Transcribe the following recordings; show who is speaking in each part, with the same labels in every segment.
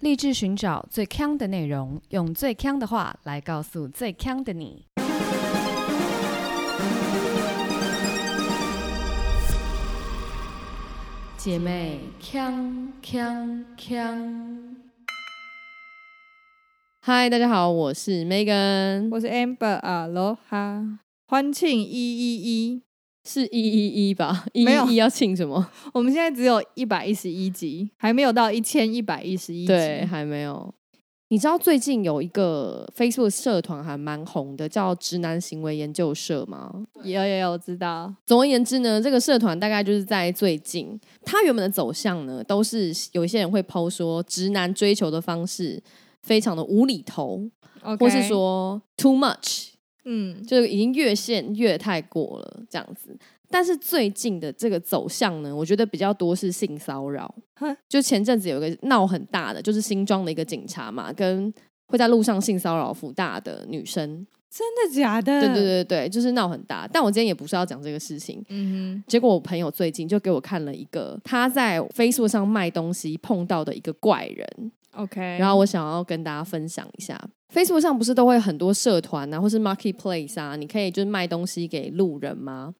Speaker 1: 立志寻找最强的内容，用最强的话来告诉最强的你。姐妹，强强强！
Speaker 2: 嗨，大家好，我是 Megan，
Speaker 3: 我是 Amber 啊，罗哈，欢庆一一一，
Speaker 2: 是一一一吧？一
Speaker 3: 没有
Speaker 2: 一一要庆什么？
Speaker 3: 我们现在只有一百一十一集，还没有到一千一百一十一集。
Speaker 2: 对，，还没有。你知道最近有一个 Facebook 社团还蛮红的，叫“直男行为研究社”吗？
Speaker 3: 有有有，我知道。
Speaker 2: 总而言之呢，这个社团大概就是在最近，它原本的走向呢，都是有一些人会抛说，直男追求的方式非常的无厘头
Speaker 3: OK，
Speaker 2: 或是，说 too much，
Speaker 3: 嗯，
Speaker 2: 就已经越线越太过了这样子。但是最近的这个走向呢，我觉得比较多是性骚扰
Speaker 3: 哼。
Speaker 2: 就前阵子有一个闹很大的，就是新庄的一个警察嘛，跟会在路上性骚扰福大的女生。
Speaker 3: 真的假的？
Speaker 2: 对对，对对，就是闹很大。但我今天也不是要讲这个事情。
Speaker 3: 嗯
Speaker 2: 结果我朋友最近就给我看了一个他在 Facebook 上卖东西碰到的一个怪人，
Speaker 3: 哼，OK。
Speaker 2: 然后我想要跟大家分享一下，Facebook 上不是都会很多社团啊，或是 Marketplace 啊，你可以就是卖东西给路人吗？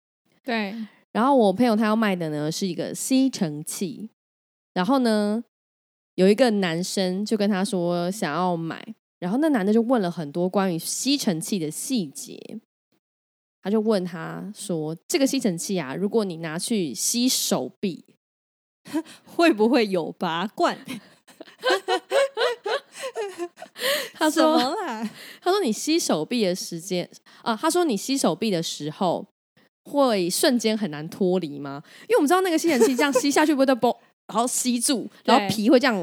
Speaker 3: 对，
Speaker 2: 然后我朋友他要卖的呢是一个吸尘器，然后呢有一个男生就跟他说想要买，然后那男的就问了很多关于吸尘器的细节，他就问他说这个吸尘器啊，如果你拿去吸手臂，
Speaker 3: 会不会有拔罐？
Speaker 2: 他
Speaker 3: 什么
Speaker 2: 说
Speaker 3: 啦？
Speaker 2: 他说你吸手臂的时间啊，他说你吸手臂的时候会瞬间很难脱离吗？因为我们知道那个吸尘器这样吸下去不会都嘣，然后吸住，然后
Speaker 3: 对
Speaker 2: 皮会这样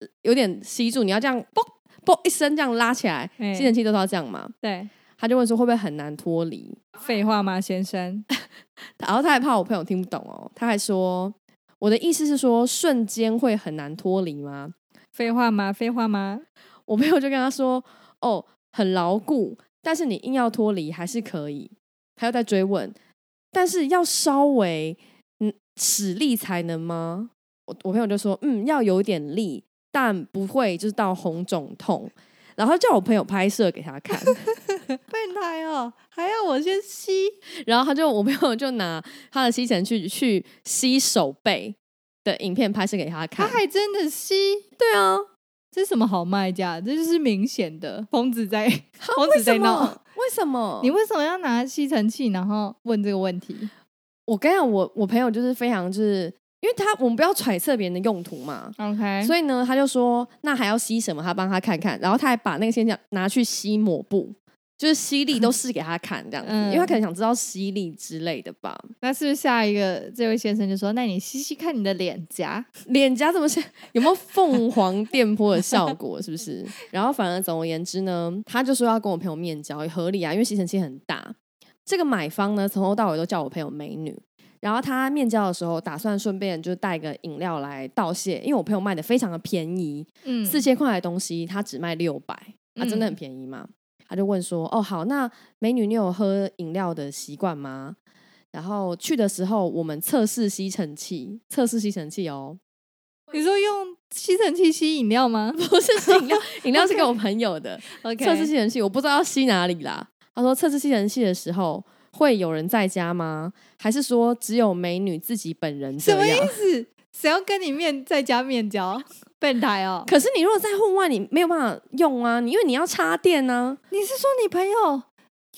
Speaker 2: 呃有点吸住，你要这样嘣嘣一声这样拉起来，
Speaker 3: 嗯
Speaker 2: 吸尘器都是要这样嘛。
Speaker 3: 对，
Speaker 2: 他就问说会不会很难脱离，
Speaker 3: 废话吗，先生？
Speaker 2: 然后他还怕我朋友听不懂哦，他还说我的意思是说瞬间会很难脱离吗？
Speaker 3: 废话吗？废话吗？
Speaker 2: 我朋友就跟他说：“哦，很牢固，但是你硬要脱离还是可以。”还要再追问，但是要稍微嗯使力才能吗？我我朋友就说：“嗯，要有点力，但不会就是到红肿痛。”然后叫我朋友拍摄给他 看，
Speaker 3: 变态哦，还要我先吸？
Speaker 2: 然后他就我朋友就拿他的吸尘器去吸手背的影片拍摄给
Speaker 3: 他
Speaker 2: 他看。
Speaker 3: 还真的吸？
Speaker 2: 对啊，
Speaker 3: 这是什么好卖家？这就是明显的疯子 在疯
Speaker 2: 为
Speaker 3: 子
Speaker 2: 什
Speaker 3: 在闹。
Speaker 2: 么？为什么？
Speaker 3: 你为什么要拿吸尘器，然后问这个问题？
Speaker 2: 我跟你讲，我我朋友就是非常就是，因为他我们不要揣测别人的用途嘛，
Speaker 3: OK，
Speaker 2: 所以呢，他就说那还要吸什么？他帮他看看，然后他还把那个现象拿去吸抹布，就是吸力都试给他看这样子，
Speaker 3: 嗯
Speaker 2: 因为他可能想知道吸力之类的吧。
Speaker 3: 那是不是下一个这位先生就说：“那你吸吸看你的脸颊
Speaker 2: 脸颊怎么像有没有凤凰电波的效果？是不是？ 然后反而总而言之呢，他就说要跟我朋友面交，也合理啊，因为吸尘器很大。这个买方呢，从头到尾都叫我朋友美女。然后他面交的时候，打算顺便就带个饮料来道谢，因为我朋友卖的非常的便宜，？”
Speaker 3: 嗯
Speaker 2: 四千块的东西他只卖六百，啊，
Speaker 3: 嗯
Speaker 2: 真的很便宜嘛。他就问说：“哦，好，那美女，你有喝饮料的习惯吗？”然后去的时候，我们测试吸尘器，测试吸尘器哦，
Speaker 3: 你说用吸尘器吸饮料 吗
Speaker 2: 不是是饮料，饮料是给我朋友的。
Speaker 3: ？OK，
Speaker 2: 测试吸尘器，我不知道要吸哪里啦。他说测试吸尘器的时候，会有人在家吗？还是说只有美女自己本人这
Speaker 3: 什么意
Speaker 2: 样？
Speaker 3: 思？谁要跟你面在家面 交？笨台哦！
Speaker 2: 可是你如果在户外，你没有办法用啊，你因为你要插电啊。
Speaker 3: 你是说你朋友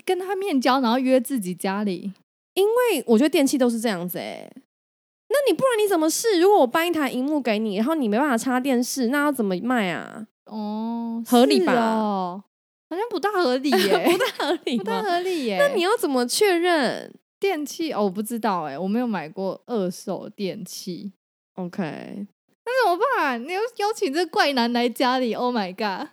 Speaker 3: 跟他面交，然后约自己家里？
Speaker 2: 因为我觉得电器都是这样子哎、那你不然你怎么试？如果我搬一台荧幕给你，然后你没办法插电视，那要怎么卖啊？
Speaker 3: 哦，
Speaker 2: 合理吧
Speaker 3: 是哦，好 像不大合理耶，
Speaker 2: 合理
Speaker 3: 不大合理耶。
Speaker 2: 啊那你要怎么确认
Speaker 3: 电器哦，我不知道哎，我没有买过二手电器。
Speaker 2: ？OK，
Speaker 3: 那怎么办？你要邀请这怪男来家里？Oh my god！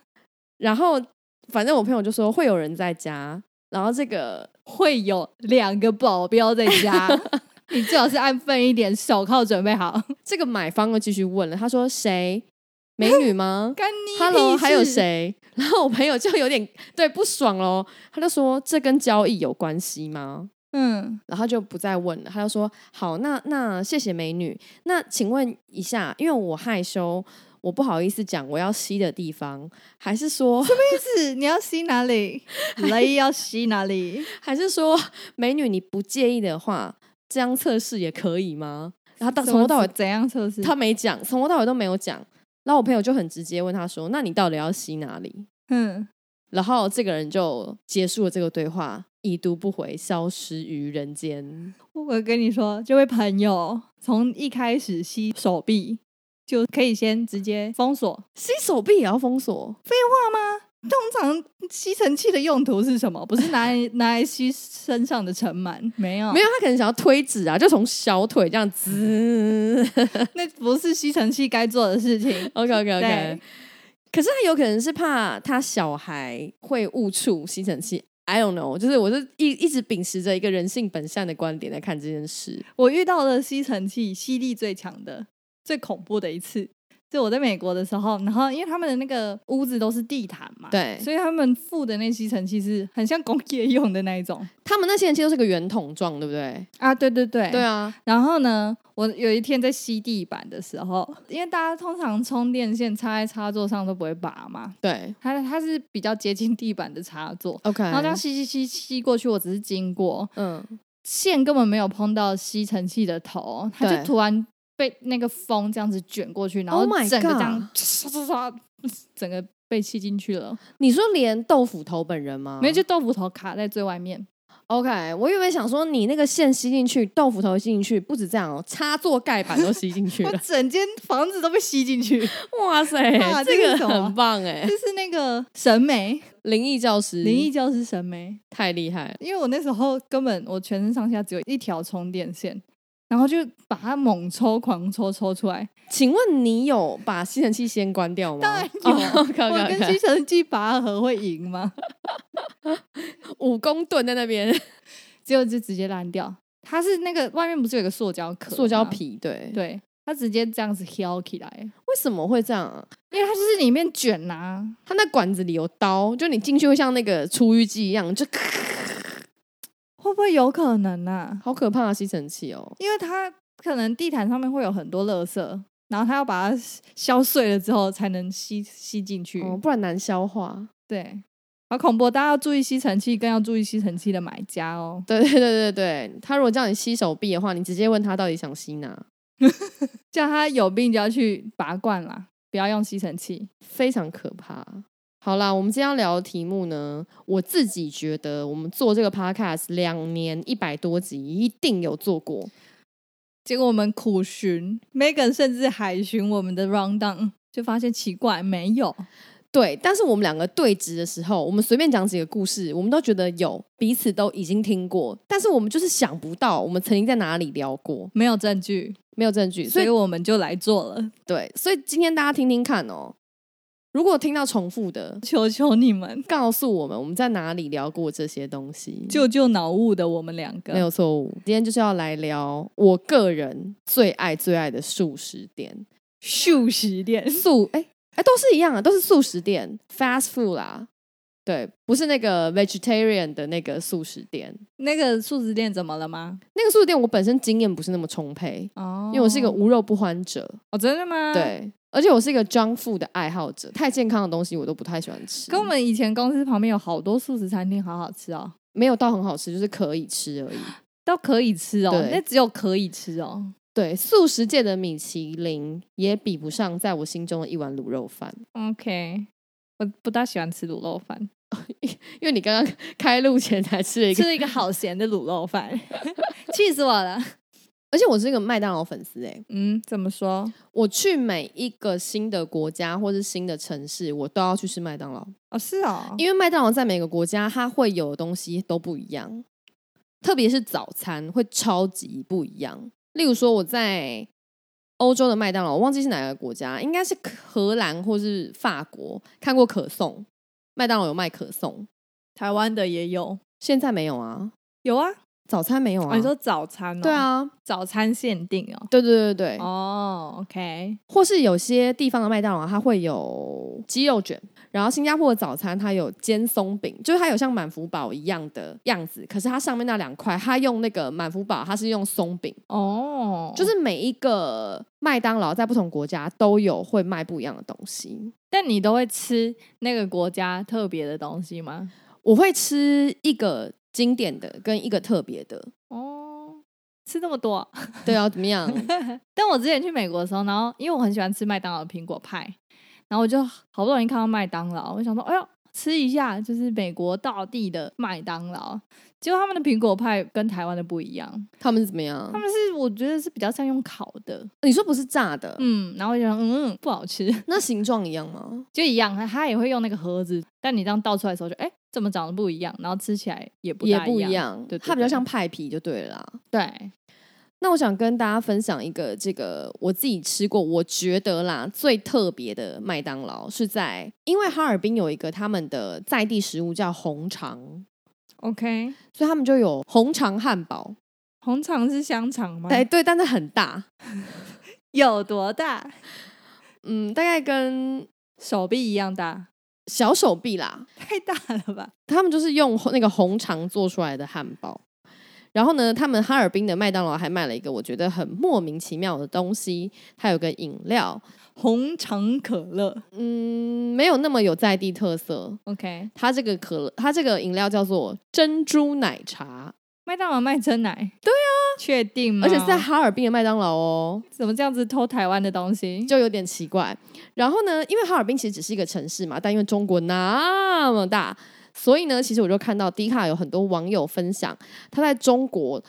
Speaker 2: 然后反正我朋友就说会有人在家，然后这个
Speaker 3: 会有两个保镖在家， 你最好是安分一点，手铐准备好。
Speaker 2: 这个买方又继续问了，他说谁？美 女吗
Speaker 3: 干你
Speaker 2: ？Hello，
Speaker 3: 屁事
Speaker 2: 还有？谁？ 然后我朋友就有点对不爽咯，他就说这跟交易有关系吗？
Speaker 3: 嗯，
Speaker 2: 然后就不再问了，他就说好，那那谢谢美女，那请问一下，因为我害羞，我不好意思讲我要吸的地方，还是说
Speaker 3: 意思你要吸哪 里？雷要吸哪里？
Speaker 2: 还是说美女你不介意的话，这样测试也可以吗？然后到从头到尾
Speaker 3: 怎样测试？
Speaker 2: 他没讲，从头到尾都没有讲。然后我朋友就很直接问他说：“那你到底要吸哪里
Speaker 3: 嗯，？”
Speaker 2: 然后这个人就结束了这个对话，已读不回，消失于人间。
Speaker 3: 我跟你说，这位朋友从一开始吸手臂就可以先直接封锁。
Speaker 2: 吸手臂也要封锁？
Speaker 3: 通常吸尘器的用途是什么？不是拿来拿来吸身上的尘螨？没有，
Speaker 2: 没有，他可能想要推脂啊，就从小腿这样滋。。
Speaker 3: 那不是吸尘器该做的事情
Speaker 2: OK OK OK
Speaker 3: 对。
Speaker 2: 可是他有可能是怕他小孩会误触吸尘器，I don't know。就是我是一一直秉持着一个人性本善的观点来看这件事。
Speaker 3: 我遇到的吸尘器吸力最强的、最恐怖的一次，就我在美国的时候，然后因为他们的那个屋子都是地毯嘛，，
Speaker 2: 对，
Speaker 3: 所以他们附的那吸尘器是很像工业用的那一种
Speaker 2: 他们那吸尘器都是个圆筒状，对不对？
Speaker 3: 啊，对对对，
Speaker 2: 对啊，
Speaker 3: 然后呢，我有一天在吸地板的时候，因为大家通常充电线插在插座上都不会拔嘛，
Speaker 2: 对
Speaker 3: 它它是比较接近地板的插座。
Speaker 2: ，OK。
Speaker 3: 然后这样吸吸吸吸过去，我只是经过，
Speaker 2: 嗯，
Speaker 3: 线根本没有碰到吸尘器的头，它
Speaker 2: 对
Speaker 3: 就突然被那个风这样子卷过去，然后
Speaker 2: Oh my
Speaker 3: 整个这样唰唰唰， 整个被吸进去了，
Speaker 2: 你说连豆腐头本人吗？
Speaker 3: 没就豆腐头卡在最外面。
Speaker 2: OK。我以为想说你那个线吸进去，豆腐头吸进去，不止这样哦，插座 盖板都吸进去了。
Speaker 3: 整间房子都被吸进 去，就
Speaker 2: 哇塞，
Speaker 3: 哇
Speaker 2: 这
Speaker 3: 这是
Speaker 2: 个
Speaker 3: 什么
Speaker 2: 很棒哎！
Speaker 3: 是那个审美，
Speaker 2: 灵异教师，
Speaker 3: 灵异教师审美。
Speaker 2: 太厉害了。
Speaker 3: 因为我那时候根本我全身上下只有一条充电线，然后就把它猛抽、狂抽抽出来。
Speaker 2: 请问你有把吸尘器先关掉吗？
Speaker 3: 当然有
Speaker 2: 哦 OK
Speaker 3: 我
Speaker 2: OK
Speaker 3: 跟吸
Speaker 2: OK，
Speaker 3: 尘器拔河会赢吗？
Speaker 2: 武功盾在那边，
Speaker 3: 结果就直接烂掉。它是那个外面不是有一个塑胶壳，
Speaker 2: 塑胶，皮对。
Speaker 3: 对，它直接这样子挑起来，
Speaker 2: 为什么会这样啊？
Speaker 3: 因为它就是里面卷啊。
Speaker 2: 它那管子里有刀，就你进去会像那个除浴剂一样，就
Speaker 3: 会不会有可能啊？
Speaker 2: 好可怕的吸尘器哦。
Speaker 3: 因为它可能地毯上面会有很多垃圾，然后它要把它削碎了之后才能吸吸进去。
Speaker 2: 哦，不然难消化。
Speaker 3: 对，好恐怖！大家要注意吸尘器，更要注意吸尘器的买家哦。
Speaker 2: 对对对对对，他如果叫你吸手臂的话，你直接问他到底想吸哪，
Speaker 3: 叫他有病就要去拔罐啦，不要用吸尘器。
Speaker 2: 非常可怕。好啦，我们今天要聊的题目呢，我自己觉得我们做这个 podcast 两年一百多集，一定有做过。
Speaker 3: 结果我们苦寻，Megan 甚至海巡我们的 round down，就发现奇怪没有。
Speaker 2: 对，但是我们两个对质的时候，我们随便讲几个故事，我们都觉得有彼此都已经听过，但是我们就是想不到我们曾经在哪里聊过，
Speaker 3: 没有证据，
Speaker 2: 没有证据，所
Speaker 3: 所
Speaker 2: 以
Speaker 3: 以我们就来做了。
Speaker 2: 对，所以今天大家听听看哦。如果听到重复的，
Speaker 3: 求求你们，
Speaker 2: 告诉我们我们在哪里聊过这些东西，
Speaker 3: 救救脑雾的我们两个。
Speaker 2: 没有错误。今天就是要来聊我个人最爱最爱的素食店，
Speaker 3: 素食店，
Speaker 2: 素哎哎都是一样啊，都是素食店，fast food 啦。对，不是那个 vegetarian 的那个素食店，
Speaker 3: 那个素食店怎么了吗？
Speaker 2: 那个素食店我本身经验不是那么充沛，
Speaker 3: 哦
Speaker 2: 因为我是一个无肉不欢者，
Speaker 3: 哦，真的吗？，
Speaker 2: 对，而且我是一个 junk food 的爱好者，太健康的东西我都不太喜欢吃，
Speaker 3: 跟我们以前公司旁边有好多素食餐厅，好好吃哦。
Speaker 2: 没有到很好吃，就是可以吃而已。
Speaker 3: 都可以吃哦
Speaker 2: 对，
Speaker 3: 那只有可以吃哦。
Speaker 2: 对，素食界的米其林也比不上在我心中的一碗卤肉饭，
Speaker 3: OK，我不大喜欢吃卤肉饭，
Speaker 2: 因为你刚 刚开录前才吃了一
Speaker 3: 吃
Speaker 2: 个，
Speaker 3: 了一个好咸的卤肉饭， 气死我了。
Speaker 2: 而且我是一个麦当劳粉丝哎、
Speaker 3: 嗯，怎么说？
Speaker 2: 我去每一个新的国家或是新的城市，我都要去吃麦当劳，
Speaker 3: 哦，是哦，
Speaker 2: 因为麦当劳在每个国家它会有的东西都不一样，特别是早餐会超级不一样。例如说我在欧洲的麦当劳，我忘记是哪个国家，应该是荷兰或是法国，看过可颂，麦当劳有卖可颂，
Speaker 3: 台湾的也有，
Speaker 2: 现在没有啊，
Speaker 3: 有啊，
Speaker 2: 早餐没有啊？
Speaker 3: 哦，你说早餐哦？
Speaker 2: 对，啊，
Speaker 3: 早餐限定哦。
Speaker 2: 对对对对，
Speaker 3: 哦，OK，
Speaker 2: 或是有些地方的麦当劳它会有鸡肉卷，然后新加坡的早餐它有煎松饼，就是它有像满福堡一样的样子，可是它上面那两块，它用那个满福堡，它是用松饼，
Speaker 3: 哦，
Speaker 2: 就是每一个麦当劳在不同国家都有会卖不一样的东西。
Speaker 3: 但你都会吃那个国家特别的东西吗？
Speaker 2: 我会吃一个经典的跟一个特别的，
Speaker 3: 哦，吃这么多啊、
Speaker 2: 对啊，怎么 样？
Speaker 3: 但我之前去美国的时候，然后因为我很喜欢吃麦当劳的苹果派，然后我就好不容易看到麦当劳，我想说，哎呦，吃一下就是美国道地的麦当劳。结果他们的苹果派跟台湾的不一样，
Speaker 2: 他们是怎么样
Speaker 3: 他？们是我觉得是比较像用烤的，
Speaker 2: 你说不是炸的，
Speaker 3: 嗯，然后我就想，嗯，不好吃，
Speaker 2: 那形状一样吗？
Speaker 3: 就一样，它也会用那个盒子，但你这样倒出来的时候就，哎，怎么长得不一样？然后吃起来也不
Speaker 2: 也
Speaker 3: 大
Speaker 2: 不
Speaker 3: 一
Speaker 2: 一，样，
Speaker 3: 对对
Speaker 2: 它比较
Speaker 3: 对
Speaker 2: 像派皮就对了啦。
Speaker 3: 对，
Speaker 2: 那我想跟大家分享一个这个我自己吃过，我觉得啦最特别的麦当劳是在，因为哈尔滨有一个他们的在地食物叫红肠，
Speaker 3: OK，
Speaker 2: 所以他们就有红肠汉堡。
Speaker 3: 红肠是香肠吗？
Speaker 2: 哎、，对，但是很大，
Speaker 3: 有多大？
Speaker 2: 嗯，大概跟
Speaker 3: 手臂一样大，
Speaker 2: 小手臂啦。
Speaker 3: 太大了吧？
Speaker 2: 他们就是用那个红肠做出来的汉堡。然后呢，他们哈尔滨的麦当劳还卖了一个我觉得很莫名其妙的东西，它有个饮料，
Speaker 3: 红肠可乐
Speaker 2: 嗯，没有那么有在地特色，
Speaker 3: ，OK，
Speaker 2: 它这个可乐，它这个饮料叫做珍珠奶茶，
Speaker 3: 麦当劳卖真奶，对啊，确定吗？
Speaker 2: 而且是在哈尔滨的麦当劳哦，
Speaker 3: 怎么这样子偷台湾的东西？
Speaker 2: 就有点奇怪。然后呢，因为哈尔滨其实只是一个城市嘛，但因为中国那么大，所以呢，其实我就看到迪卡有很多网友分享，他在中国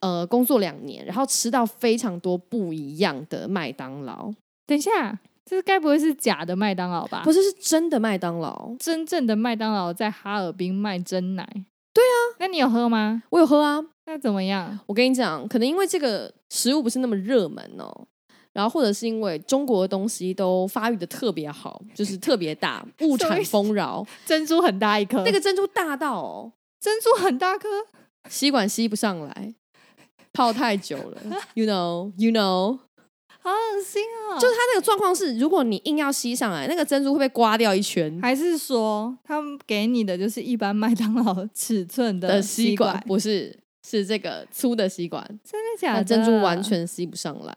Speaker 2: 呃工作两年，然后吃到非常多不一样的麦当劳，
Speaker 3: 等一下，这该不会是假的麦当劳吧？
Speaker 2: 不
Speaker 3: 是，
Speaker 2: 是是真的麦当劳，
Speaker 3: 真正的麦当劳在哈尔滨卖真奶。对啊，那你有喝吗？
Speaker 2: 我有喝啊，
Speaker 3: 那怎么样？
Speaker 2: 我跟你讲，可能因为这个食物不是那么热门哦，然后或者是因为中国的东西都发育的特别好，就是特别大，物
Speaker 3: 什么
Speaker 2: 产
Speaker 3: 意思
Speaker 2: 丰饶。
Speaker 3: 珍珠很大一颗，
Speaker 2: 那个珍珠大到哦，
Speaker 3: 珍珠很大颗，
Speaker 2: 吸管吸不上来，泡太久了，you know，you know。
Speaker 3: 好恶心哦！
Speaker 2: 就是它那个状况是，如果你硬要吸上来，那个珍珠会被刮掉一圈
Speaker 3: 还是说他们给你的就是一般麦当劳尺寸
Speaker 2: 的吸
Speaker 3: 吸
Speaker 2: 管，不是。是这个粗的吸管，
Speaker 3: 真的假
Speaker 2: 那
Speaker 3: 的？
Speaker 2: 珍珠完全吸不上来。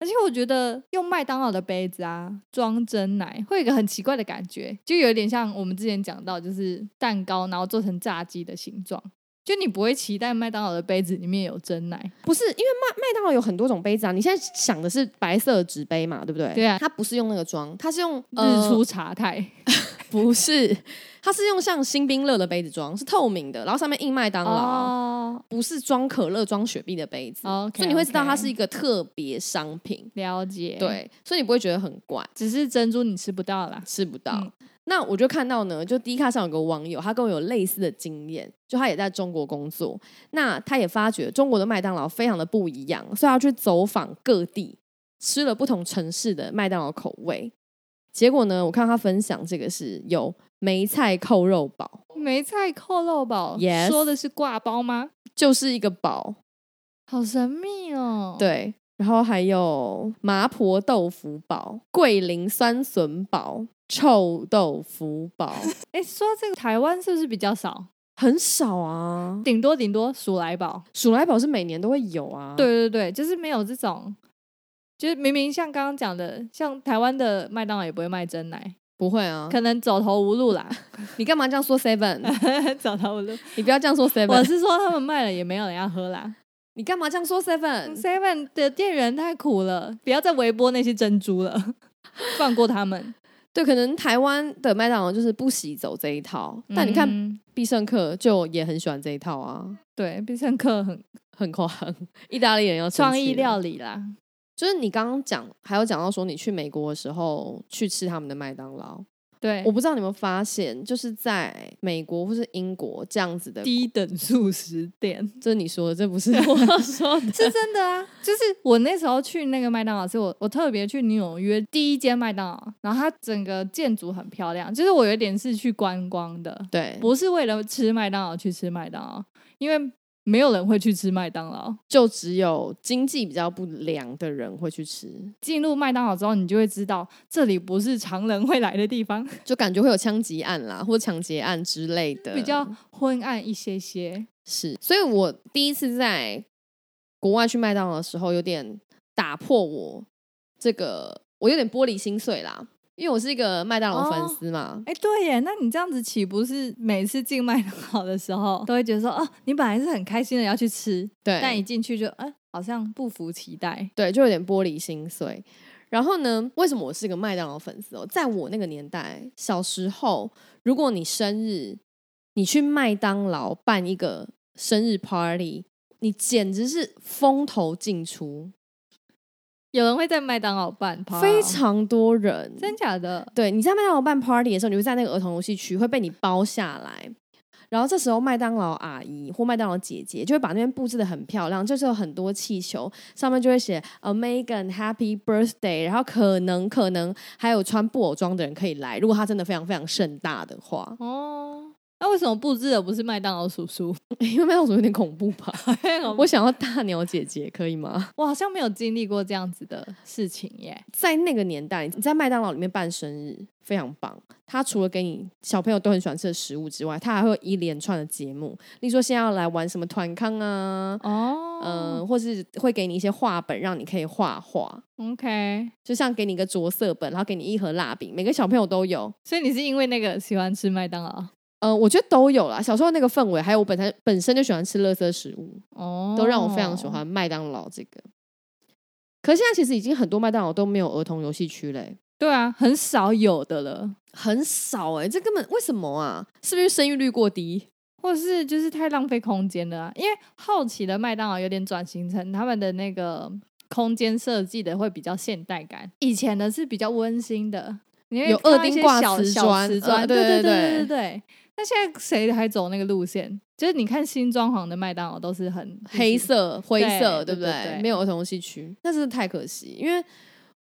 Speaker 3: 而且我觉得用麦当劳的杯子啊装真奶，会有一个很奇怪的感觉，就有点像我们之前讲到，就是蛋糕然后做成炸鸡的形状，就你不会期待麦当劳的杯子里面有真奶。
Speaker 2: 不是因为麦麦当劳有很多种杯子啊，你现在想的是白色的纸杯嘛，对不对？
Speaker 3: 对啊
Speaker 2: 它不是用那个装，它是用、
Speaker 3: 日出
Speaker 2: 呃
Speaker 3: 茶太，
Speaker 2: 不是，它是用像新冰乐的杯子装，是透明的，然后上面印麦当劳，
Speaker 3: 哦
Speaker 2: 不是装可乐、装雪碧的杯子，
Speaker 3: ，OK，
Speaker 2: 所以你会知道它是一
Speaker 3: OK，
Speaker 2: 个特别商品。
Speaker 3: 哦了解，，
Speaker 2: 对，所以你不会觉得很怪，
Speaker 3: 只是珍珠你吃不到啦。
Speaker 2: 吃不到。
Speaker 3: 嗯
Speaker 2: 那我就看到呢，就 D 卡上有个网友，他跟我有类似的经验，就他也在中国工作，那他也发觉中国的麦当劳非常的不一样，所以他去走访各地，吃了不同城市的麦当劳口味。结果呢，我看他分享这个是有梅菜扣肉堡，
Speaker 3: 梅菜扣肉堡
Speaker 2: Yes
Speaker 3: 说的是挂包吗？
Speaker 2: 就是一个堡，
Speaker 3: 好神秘哦。，
Speaker 2: 对，然后还有麻婆豆腐堡、桂林酸笋堡、臭豆腐堡，
Speaker 3: 哎，说到这个台湾是不是比较少？
Speaker 2: 很少啊。
Speaker 3: 顶多顶多鼠来宝。
Speaker 2: 鼠来宝是每年都会有啊，
Speaker 3: 对对对，就是没有这种，就是明明像刚刚讲的，像台湾的麦当劳也不会卖真奶，
Speaker 2: 不会啊，
Speaker 3: 可能走投无路啦，
Speaker 2: 你干嘛这样说 Seven？
Speaker 3: 走投无路。
Speaker 2: 哎你不要这样说
Speaker 3: 我
Speaker 2: Seven，
Speaker 3: 是说他们卖了也没有人要喝啦。
Speaker 2: 你干嘛这样说 Seven？
Speaker 3: Seven 的店员太苦了，不要再微波那些珍珠了， 放过他们。
Speaker 2: 对，可能台湾的麦当劳就是不喜走这一套，但你看
Speaker 3: 嗯
Speaker 2: 必胜客就也很喜欢这一套啊，
Speaker 3: 对必胜客很
Speaker 2: 很夸张。 意大利人要生
Speaker 3: 创
Speaker 2: 气
Speaker 3: 意
Speaker 2: 了
Speaker 3: 料，理啦，
Speaker 2: 就是你刚刚讲，还有讲到说你去美国的时候去吃他们的麦当劳，
Speaker 3: 对
Speaker 2: 我，不知道你有没有发现，就是在美国或是英国这样子的，
Speaker 3: 低等素食店。
Speaker 2: 这是你说的，这不是 我说的，
Speaker 3: 是真的啊，就是我那时候去那个麦当劳，是我我特别去纽约第一间麦当劳，然后它整个建筑很漂亮，就是我有点是去观光的，
Speaker 2: 对，
Speaker 3: 不是为了吃麦当劳去吃麦当劳，因为没有人会去吃麦当劳。
Speaker 2: 就只有经济比较不良的人会去吃，
Speaker 3: 进入麦当劳之后，你就会知道这里不是常人会来的地方，
Speaker 2: 就感觉会有枪击案啦，或抢劫案之类的，
Speaker 3: 比较昏暗一些些。
Speaker 2: 是。所以我第一次在国外去麦当劳的时候，有点打破我这个，我有点玻璃心碎啦，因为我是一个麦当劳粉丝嘛。
Speaker 3: 哎、对耶，那你这样子岂不是每次进麦当劳的时候都会觉得说，哦，你本来是很开心的要去吃，但一
Speaker 2: 对
Speaker 3: 进去就，哎、好像不服期待。
Speaker 2: 对，就有点玻璃心碎。然后呢，为什么我是个麦当劳粉丝哦？在我那个年代，小时候，如果你生日，你去麦当劳办一个生日 party，你简直是风头尽出。
Speaker 3: 有人会在麦当劳办趴，
Speaker 2: 非常多人。
Speaker 3: 嗯真假的，
Speaker 2: 对，你在麦当劳办 party 的时候，你会在那个儿童游戏区会被你包下来，然后这时候麦当劳阿姨或麦当劳姐姐就会把那边布置的很漂亮，就是有很多气球，上面就会写 a m e g a n Happy Birthday，然后可能可能还有穿布偶装的人可以来，如果他真的非常非常盛大的话，
Speaker 3: 哦。那、为什么布置的不是麦当劳叔叔？
Speaker 2: 因为麦当劳总有点恐怖吧？
Speaker 3: 我
Speaker 2: 我想要大鸟姐姐可以吗？
Speaker 3: 我好像没有经历过这样子的事情耶。
Speaker 2: 在那个年代，你在麦当劳里面办生日非常棒。他除了给你小朋友都很喜欢吃的食物之外，他还会有一连串的节目，例如说现在要来玩什么团康啊，
Speaker 3: 哦
Speaker 2: 嗯、或是会给你一些画本让你可以画画，
Speaker 3: OK，
Speaker 2: 就像给你一个着色本，然后给你一盒蜡饼，每个小朋友都有。
Speaker 3: 所以你是因为那个喜欢吃麦当劳
Speaker 2: 呃，我觉得都有啦。小时候那个氛围，还有我本身本身就喜欢吃垃圾食物，
Speaker 3: 哦
Speaker 2: 都让我非常喜欢麦当劳这个。可现在其实已经很多麦当劳都没有儿童游戏区嘞、
Speaker 3: 对啊，很少有的了，
Speaker 2: 很少哎、这根本为什么啊？是不是生育率过低？
Speaker 3: 或是就是太浪费空间了、啊。因为后期的麦当劳有点转型成他们的那个空间设计的会比较现代感，以前的是比较温馨的，你会
Speaker 2: 有
Speaker 3: 看到
Speaker 2: 二
Speaker 3: 一
Speaker 2: 丁
Speaker 3: 些
Speaker 2: 挂
Speaker 3: 小
Speaker 2: 瓷
Speaker 3: 小
Speaker 2: 砖
Speaker 3: 瓷
Speaker 2: 呃
Speaker 3: 砖，
Speaker 2: 对
Speaker 3: 对对
Speaker 2: 对对
Speaker 3: 对对。那现在谁还走那个路线？就是你看新装潢的麦当劳都是很
Speaker 2: 黑，色、灰色，
Speaker 3: 嗯对
Speaker 2: 不
Speaker 3: 对对对
Speaker 2: 没有儿童游戏区，那真的太可惜。因为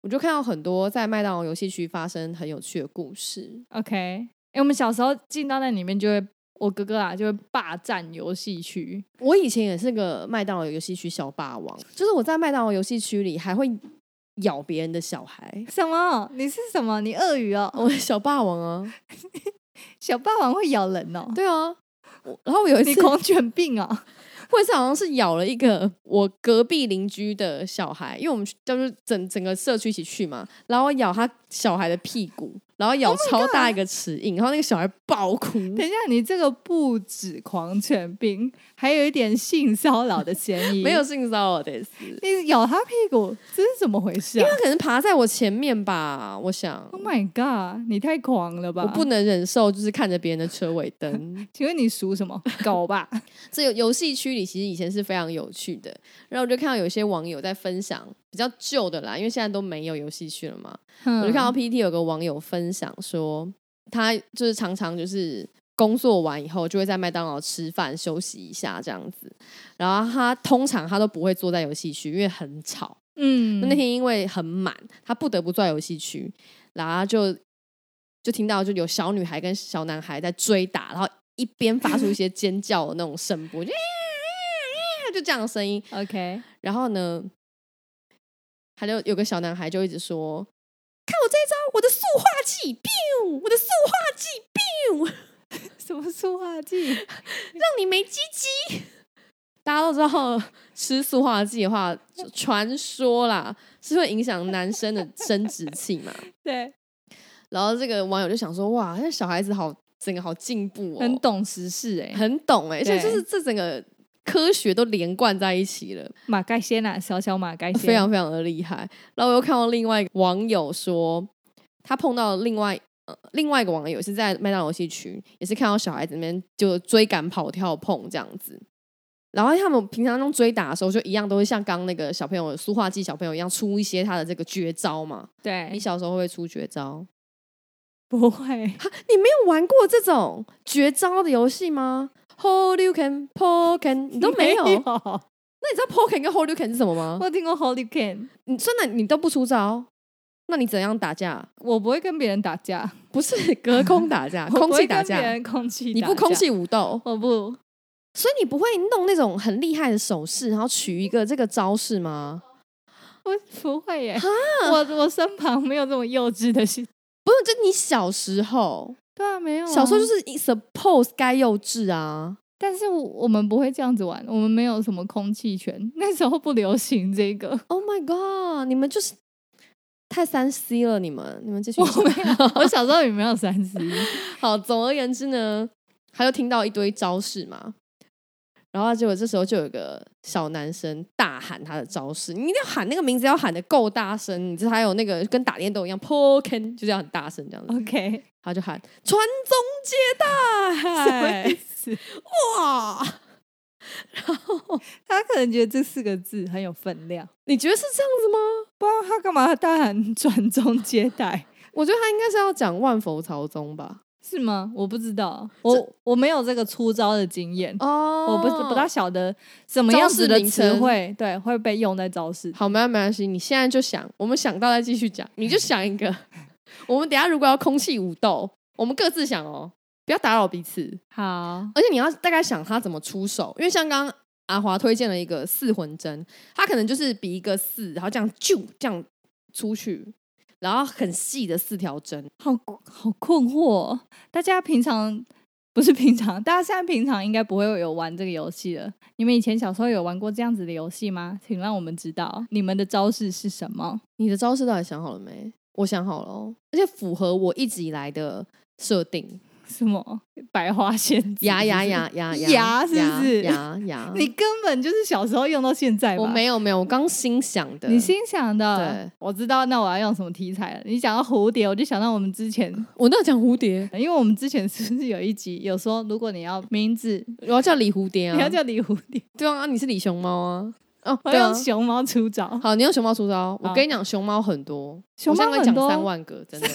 Speaker 2: 我就看到很多在麦当劳游戏区发生很有趣的故事。
Speaker 3: OK，哎、我们小时候进到那里面就会，我哥哥啊就会霸占游戏区，
Speaker 2: 我以前也是个麦当劳游戏区小霸王，就是我在麦当劳游戏区里还会咬别人的小孩，
Speaker 3: 什么？你是什么？你鳄鱼哦？
Speaker 2: 我小霸王啊，
Speaker 3: 小霸王会咬人哦？
Speaker 2: 对啊。我然 后我有一
Speaker 3: 你
Speaker 2: 次，
Speaker 3: 狂犬病哦？
Speaker 2: 或是好像是咬了一个我隔壁邻居的小孩，因为我们去就是整整个社区一起去嘛，然后我咬他小孩的屁股，然后咬超大一个齿印，然后那个小孩爆哭。
Speaker 3: 等一下，你这个不止狂犬病，还有一点性骚扰的嫌疑。
Speaker 2: 没有，性骚扰的意思，
Speaker 3: 你咬他屁股，这是怎么回事
Speaker 2: 因
Speaker 3: 啊
Speaker 2: 为他可能爬在我前面吧，我想
Speaker 3: ？Oh my god！你太狂了吧！
Speaker 2: 我不，能忍受，就是看着别人的车尾灯。
Speaker 3: 请问你属什么？狗吧？
Speaker 2: 这游游戏区里其实以前是非常有趣的，然后我就看到有些网友在分享比较旧的啦，因为现在都没有游戏区了嘛，
Speaker 3: 我
Speaker 2: 我就看
Speaker 3: 嗯
Speaker 2: 到 PT 有个网友分享说，他就是常常就是工作完以后就会在麦当劳吃饭休息一下这样子，然后他通常他都不会坐在游戏区，因为很吵。
Speaker 3: 嗯，
Speaker 2: 那天因为很满，他不得不坐在游戏区，然后他就就听到就有小女孩跟小男孩在追打，然后一边发出一些尖叫的那种声波，就 就这样的声音，
Speaker 3: OK，
Speaker 2: 然后呢，他就有个小男孩就一直说：“看我这一招，我的塑化剂，biu，我的塑化剂，biu，让
Speaker 3: 什么塑化 剂？
Speaker 2: 你没鸡鸡。”大家都知道，吃塑化剂的话，传说啦是会影响男生的生殖器嘛。
Speaker 3: 对，
Speaker 2: 然后这个网友就想说：“哇，那小孩子好，整个好进步哦，
Speaker 3: 很懂时事哎、
Speaker 2: 很懂哎、所以就
Speaker 3: 对
Speaker 2: 是这整个科学都连贯在一起了。”
Speaker 3: 马盖先啊，小小马盖先，
Speaker 2: 非常非常的厉害。然后我又看到另外一个网友说，他碰到另外呃另外一个网友是在麦当劳游戏区，也是看到小孩子那边就追赶、跑、跳、碰这样子。然后他们平常那种追打的时候，就一样都会像刚那个小朋友塑化剂小朋友一样出一些他的这个绝招嘛。你
Speaker 3: 对，
Speaker 2: 小时候会不会出绝招？
Speaker 3: 不会，
Speaker 2: 哈，你没有玩过这种绝招的游戏吗？Hold you can, poke can，你都 没有。
Speaker 3: 我
Speaker 2: 那你知道 poke can 跟 hold you can 是什么吗？
Speaker 3: 听过 Holy Can，
Speaker 2: 你真的你都不出招，那你怎样打架？
Speaker 3: 我不会跟别人打架，
Speaker 2: 不是隔空打架，
Speaker 3: 我
Speaker 2: 啊空
Speaker 3: 不
Speaker 2: 气
Speaker 3: 会
Speaker 2: 打
Speaker 3: 跟别
Speaker 2: 架，
Speaker 3: 人空气，
Speaker 2: 你不空，气武斗，
Speaker 3: 我不，
Speaker 2: 所以你不会弄那种很厉害的手势，然后取一个这个招式吗？
Speaker 3: 我不会耶，我我身旁没有这么幼稚的心。
Speaker 2: 不是，就你小时候，
Speaker 3: 对啊，没有、，
Speaker 2: 小时候就是是你 suppose 该幼稚啊。
Speaker 3: 但是我我们不会这样子玩，我们没有什么空气拳， 那时候不流行这个。
Speaker 2: Oh my god！你们就是太三 C 了，你们你们继续
Speaker 3: 我
Speaker 2: 讲。
Speaker 3: 没有，我小时候也没有三十 一。
Speaker 2: 好，总而言之呢，他就听到一堆招式嘛，然后结果这时候就有一个小男生大喊他的招式，你一定要喊那个名字，要喊的够大声，你这还有那个跟打电动一样 p o k e n 就这样很大声这样 子，
Speaker 3: OK，
Speaker 2: 他就喊传宗接代，
Speaker 3: 思？
Speaker 2: 哇！
Speaker 3: 他可能觉得这四个字很有分量，
Speaker 2: 你觉得是这样子吗？
Speaker 3: 不知道他干嘛大喊 传宗接代。
Speaker 2: 我觉得他应该是要讲万佛朝宗吧。
Speaker 3: 是吗？我不知道，我我没有这个出招的经验，
Speaker 2: 哦
Speaker 3: 我不不大晓得什么样子的词汇，对，会被用在招式。
Speaker 2: 好，没有没关系，你现在就想，我们想到再继续讲，你就想一个。 我们等一下如果要空气武斗，我们各自想哦，不要打扰彼此。
Speaker 3: 好，
Speaker 2: 而且你要大概想他怎么出手，因为像刚刚阿华推荐了一个四魂针，他可能就是比一个四，然后这样啾这样出去，然后很细的四条针。
Speaker 3: 好好困惑哦、大家平常不是平常，大家现在平常应该不会有玩这个游戏了。你们以前小时候有玩过这样子的游戏吗？请让我们知道你们的招式是什么。
Speaker 2: 你的招式到底想好了没？我想好了、哦，而且符合我一直以来的设定。
Speaker 3: 什么百花仙子？
Speaker 2: 牙牙！牙牙
Speaker 3: 牙是不是
Speaker 2: 牙牙？
Speaker 3: 你根本就是小时候用到现在吧？
Speaker 2: 我没有没有，我刚新想的。
Speaker 3: 你心想的
Speaker 2: 对，
Speaker 3: 我知道。那我要用什么题材了？你讲到蝴蝶，我就想到我们之前，
Speaker 2: 我那讲蝴蝶，
Speaker 3: 因为我们之前 是不是有一集有说，如果你要名字，
Speaker 2: 我要叫李蝴蝶啊！
Speaker 3: 你要叫李蝴蝶，
Speaker 2: 对啊，你是李熊猫啊。哦，
Speaker 3: 我
Speaker 2: 对
Speaker 3: 要
Speaker 2: 啊
Speaker 3: 用。熊猫出招，
Speaker 2: 好，你用熊猫出招。我
Speaker 3: 好
Speaker 2: 跟你讲，熊猫很多，
Speaker 3: 熊猫
Speaker 2: 我现在跟你
Speaker 3: 很
Speaker 2: 讲
Speaker 3: 多
Speaker 2: 三万个，真的。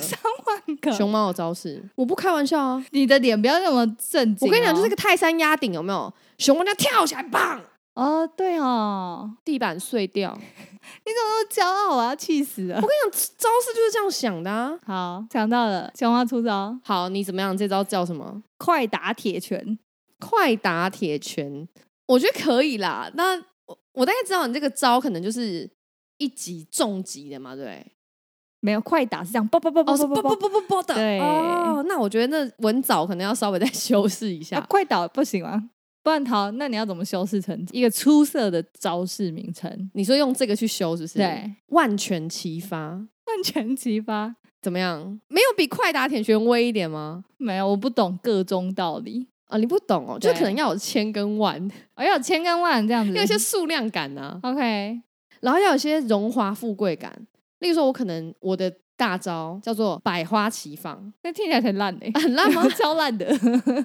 Speaker 3: 换个
Speaker 2: 熊猫的招式，啊我不开玩笑啊！
Speaker 3: 你的脸不要那么正经哦、
Speaker 2: 我跟你讲，就是个泰山压顶，有没有？熊猫这样跳起来，棒，
Speaker 3: 哦，对哦，
Speaker 2: 地板碎掉。我
Speaker 3: 都骄傲啊，气死了。
Speaker 2: 跟你讲，招式就是这样想的啊。
Speaker 3: 好，想到了，熊猫出招，
Speaker 2: 好，你怎么样？这招叫什么？
Speaker 3: 快打铁拳，
Speaker 2: 快打铁拳，我觉得可以啦。那我我大概知道你这个招可能就是一击重击的嘛，对不对？
Speaker 3: 没有快打是这样，啵啵啵啵
Speaker 2: 哦，是
Speaker 3: 啵
Speaker 2: 不
Speaker 3: 啵啵，
Speaker 2: 不不不不的。
Speaker 3: 对
Speaker 2: 哦，那我觉得那文藻可能要稍微再修饰一
Speaker 3: 啊
Speaker 2: 下。
Speaker 3: 快打不行吗？不然好，那你要怎么修饰成一个出色的招式名称？
Speaker 2: 你说用这个去修，是不是？
Speaker 3: 对，
Speaker 2: 万全齐发，
Speaker 3: 万全齐发。
Speaker 2: 怎么样？没有比快打铁拳威一点吗？
Speaker 3: 没有，我不懂各中道理。
Speaker 2: 啊，你不懂哦，就是可
Speaker 3: 对
Speaker 2: 能要有千跟万，
Speaker 3: 哎呦，千跟万这样子，
Speaker 2: 要有一些数量感啊，
Speaker 3: OK，
Speaker 2: 然后要有一些荣华富贵感。例如说，我可能我的大招叫做百花齐放，
Speaker 3: 那听起来很烂 哎、
Speaker 2: 很烂吗？
Speaker 3: 超烂的，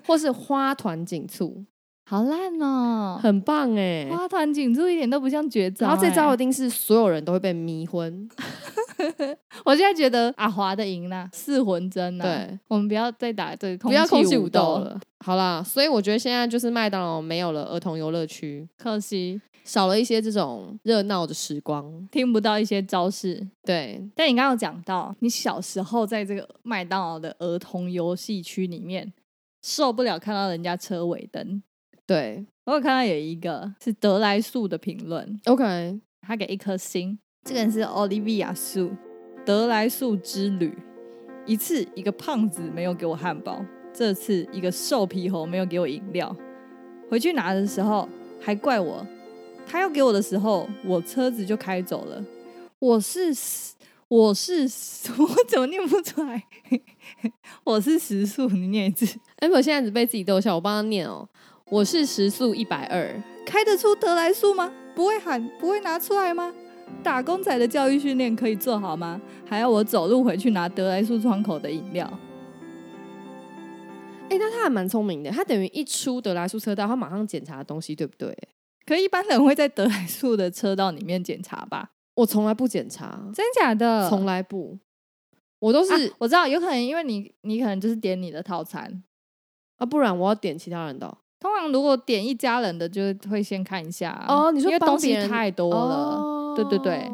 Speaker 2: 或是花团锦簇，
Speaker 3: 好烂哦、
Speaker 2: 很棒 哎、
Speaker 3: 花团锦簇一点都不像绝招、
Speaker 2: 然后这招
Speaker 3: 哎
Speaker 2: 一定是所有人都会被迷昏，
Speaker 3: 我现在觉得阿华的赢啦，四魂针啦。
Speaker 2: 对，
Speaker 3: 我们不要再打这个
Speaker 2: 不要空气
Speaker 3: 气
Speaker 2: 武斗
Speaker 3: 斗，
Speaker 2: 了。好啦，所以我觉得现在就是麦当劳没有了儿童游乐区，
Speaker 3: 可惜
Speaker 2: 少了一些这种热闹的时光。
Speaker 3: 听不到一些招式。
Speaker 2: 对，
Speaker 3: 但你刚刚有讲到，你小时候在这个麦当劳的儿童游戏区里面，受不了看到人家车尾灯。
Speaker 2: 对
Speaker 3: 我有看到有一个是德莱素的评论，
Speaker 2: ，OK，
Speaker 3: 他给一颗星。这个人是 Olivia 素，德莱素之旅。一次，一个胖子没有给我汉堡；这次，一个瘦皮猴没有给我饮料。回去拿的时候还怪我，他要给我的时候，我车子就开走了。我是时我是时 我怎么念不出来？ 我是时速，你念一次。
Speaker 2: Amber 现在只被自己逗笑，我帮他念哦。我是时速一百二，
Speaker 3: 开得出德来速吗？不会喊，不会拿出来吗？打工仔的教育训练可以做好吗？还要我走路回去拿德来速窗口的饮料？
Speaker 2: 哎，那他还蛮聪明的，他等于一出德莱速车道，他马上检查东西，对不对？
Speaker 3: 可一般人会在德来速的车道里面检查吧？
Speaker 2: 我从来不检查，
Speaker 3: 真假的？
Speaker 2: 从来不，我都是
Speaker 3: 呃啊我知道，有可能因为你，你可能就是点你的套餐。
Speaker 2: 啊，不然我要点其他人的哦。
Speaker 3: 通常如果点一家人的，就会先看一下啊
Speaker 2: 哦你说
Speaker 3: 因为
Speaker 2: 帮
Speaker 3: 东
Speaker 2: 别
Speaker 3: 西
Speaker 2: 人
Speaker 3: 太多了。
Speaker 2: 哦
Speaker 3: 对对对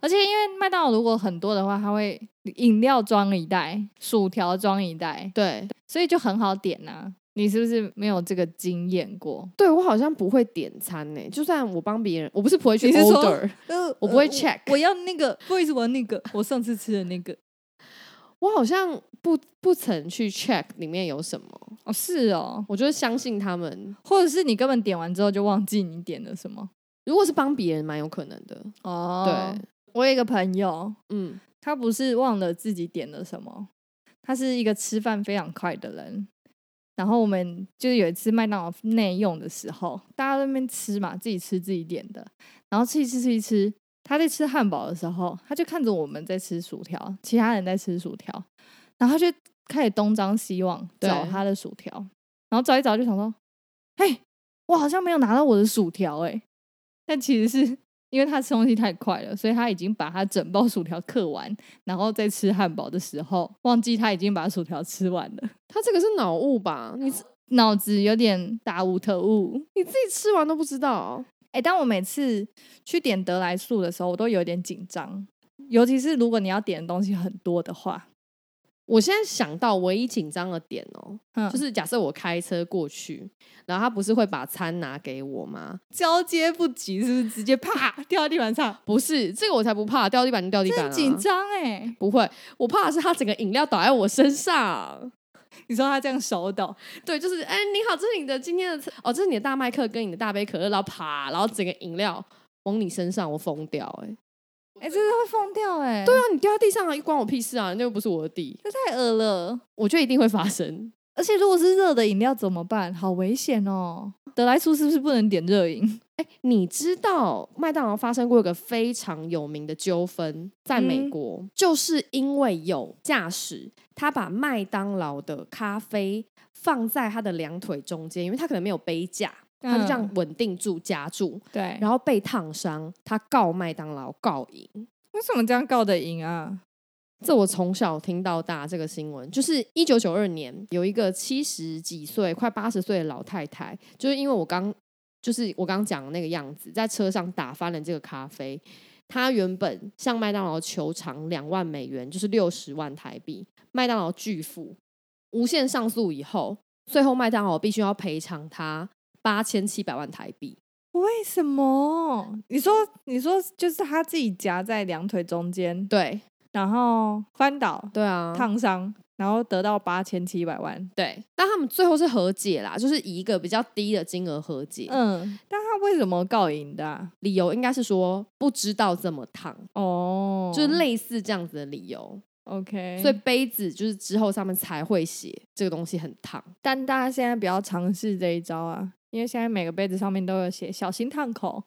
Speaker 3: 而且因为麦当劳如果很多的话，它会饮料装一袋，薯条装一袋，
Speaker 2: 对，
Speaker 3: 所以就很好点呐、啊你是不是没有这个经验过？
Speaker 2: 对我好像不会点餐呢、就算我帮别人，我不是不会去
Speaker 3: 你是说
Speaker 2: order，
Speaker 3: 呃
Speaker 2: 我不会 check
Speaker 3: 我要那个，不好意思，我要那个，我上次吃的那个。
Speaker 2: 我好像不不曾去 check 里面有什么，
Speaker 3: 哦，是哦，
Speaker 2: 我就是相信他们。
Speaker 3: 或者是你根本点完之后就忘记你点了什么。
Speaker 2: 如果是帮别人，蛮有可能的。
Speaker 3: 哦
Speaker 2: 对，，
Speaker 3: 我有一个朋友，
Speaker 2: 嗯，
Speaker 3: 他不是忘了自己点了什么，他是一个吃饭非常快的人。然后我们就是有一次麦当劳内用的时候，大家在那边吃嘛，自己吃自己点的，然后吃一吃吃一吃。他在吃汉堡的时候，他就看着我们在吃薯条，其他人在吃薯条，然后他就开始东张西望
Speaker 2: 对
Speaker 3: 找他的薯条，然后找一找就想说，嘿，我好像没有拿到我的薯条哎、但其实是因为他吃东西太快了，所以他已经把他整包薯条嗑完，然后在吃汉堡的时候，忘记他已经把薯条吃完了，
Speaker 2: 他这个是脑雾吧？你自
Speaker 3: 脑子有点大无特物。
Speaker 2: 你自己吃完都不知道，哦
Speaker 3: 哎、当我每次去点得来速的时候，我都有点紧张，尤其是如果你要点的东西很多的话，
Speaker 2: 我现在想到唯一紧张的点哦、
Speaker 3: 嗯，
Speaker 2: 就是假设我开车过去，然后他不是会把餐拿给我吗？
Speaker 3: 交接不及，是不是直接啪掉到地板上？
Speaker 2: 不是，这个我才不怕，掉地板就掉地板、
Speaker 3: 很
Speaker 2: 啊，
Speaker 3: 紧张哎！
Speaker 2: 不会，我怕的是他整个饮料倒在我身上。
Speaker 3: 你说他这样手抖，
Speaker 2: 对，就是哎、你好，这是你的今天的餐哦，这是你的大麦克跟你的大杯可乐，然后啪，然后整个饮料往你身上，我疯掉哎、
Speaker 3: 哎、真的会疯掉哎、
Speaker 2: 对啊，你掉在地上啊，又关我屁事啊，那又不是我的地，
Speaker 3: 这太恶了。
Speaker 2: 我觉得一定会发生。
Speaker 3: 而且如果是热的饮料怎么办？好危险哦！得来速是不是不能点热饮？
Speaker 2: 哎、你知道麦当劳发生过一个非常有名的纠纷，在美
Speaker 3: 嗯
Speaker 2: 国，就是因为有驾驶他把麦当劳的咖啡放在他的两腿中间，因为他可能没有杯架，他就这样
Speaker 3: 嗯
Speaker 2: 稳定住夹住，
Speaker 3: 对
Speaker 2: 然后被烫伤，他告麦当劳告赢。
Speaker 3: 为什么这样告得赢啊？
Speaker 2: 这我从小听到大这个新闻，就是一九九二年有一个七十几岁、快八十岁的老太太，就是因为我刚就是我刚讲的那个样子，在车上打翻了这个咖啡。她原本向麦当劳求偿两万美元，就是六十万台币，麦当劳拒付，无限上诉以后，最后麦当劳必须要赔偿她八千七百万台币。
Speaker 3: 为什么？你说，你说，就是他自己夹在两腿中间，
Speaker 2: 对
Speaker 3: 然后翻倒、
Speaker 2: 对啊，
Speaker 3: 烫伤，然后得到八千七百万。
Speaker 2: 对，但他们最后是和解啦，就是以一个比较低的金额和解。
Speaker 3: 嗯，但他为什么告赢的啊、
Speaker 2: 理由应该是说不知道这么烫，
Speaker 3: 哦，
Speaker 2: 就是类似这样子的理由。
Speaker 3: OK，
Speaker 2: 所以杯子就是之后上面才会写这个东西很烫。
Speaker 3: 但大家现在不要尝试这一招啊，因为现在每个杯子上面都有写“小心烫口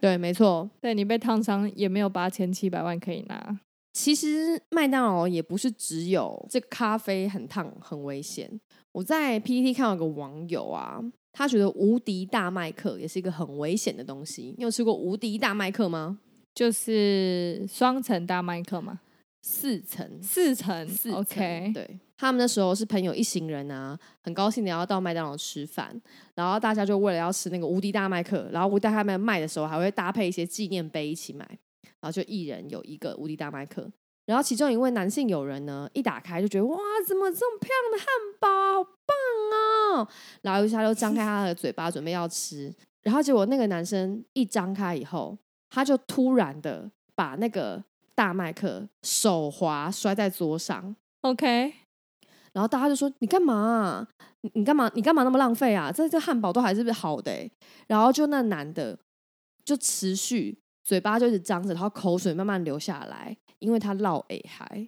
Speaker 2: 对，没错。”，
Speaker 3: 对你被烫伤也没有八千七百万可以拿。
Speaker 2: 其实麦当劳也不是只有这个咖啡很烫很危险。我在 PPT 看到有个网友啊，他觉得无敌大麦克也是一个很危险的东西。你有吃过无敌大麦克吗？
Speaker 3: 就是双层大麦克嘛，
Speaker 2: 四层，
Speaker 3: 四层
Speaker 2: 四层
Speaker 3: OK，
Speaker 2: 对他们那时候是朋友一行人啊，很高兴的要到麦当劳吃饭，然后大家就为了要吃那个无敌大麦克，然后无敌大麦克卖的时候还会搭配一些纪念碑一起买，然后就一人有一个无敌大麦克。然后其中一位男性友人呢，一打开就觉得哇，怎么这么漂亮的汉堡啊，好棒哦！然后一下就张开他的嘴巴，准备要吃。然后结果那个男生一张开以后，他就突然的把那个大麦克手滑摔在桌上，
Speaker 3: OK，
Speaker 2: 然后大家就说：“你干嘛啊、你你干嘛？你干嘛那么浪费啊？这这汉堡都还是好的欸、然后就那男的就持续嘴巴就一直张着，然后口水慢慢流下来，因为他落诶还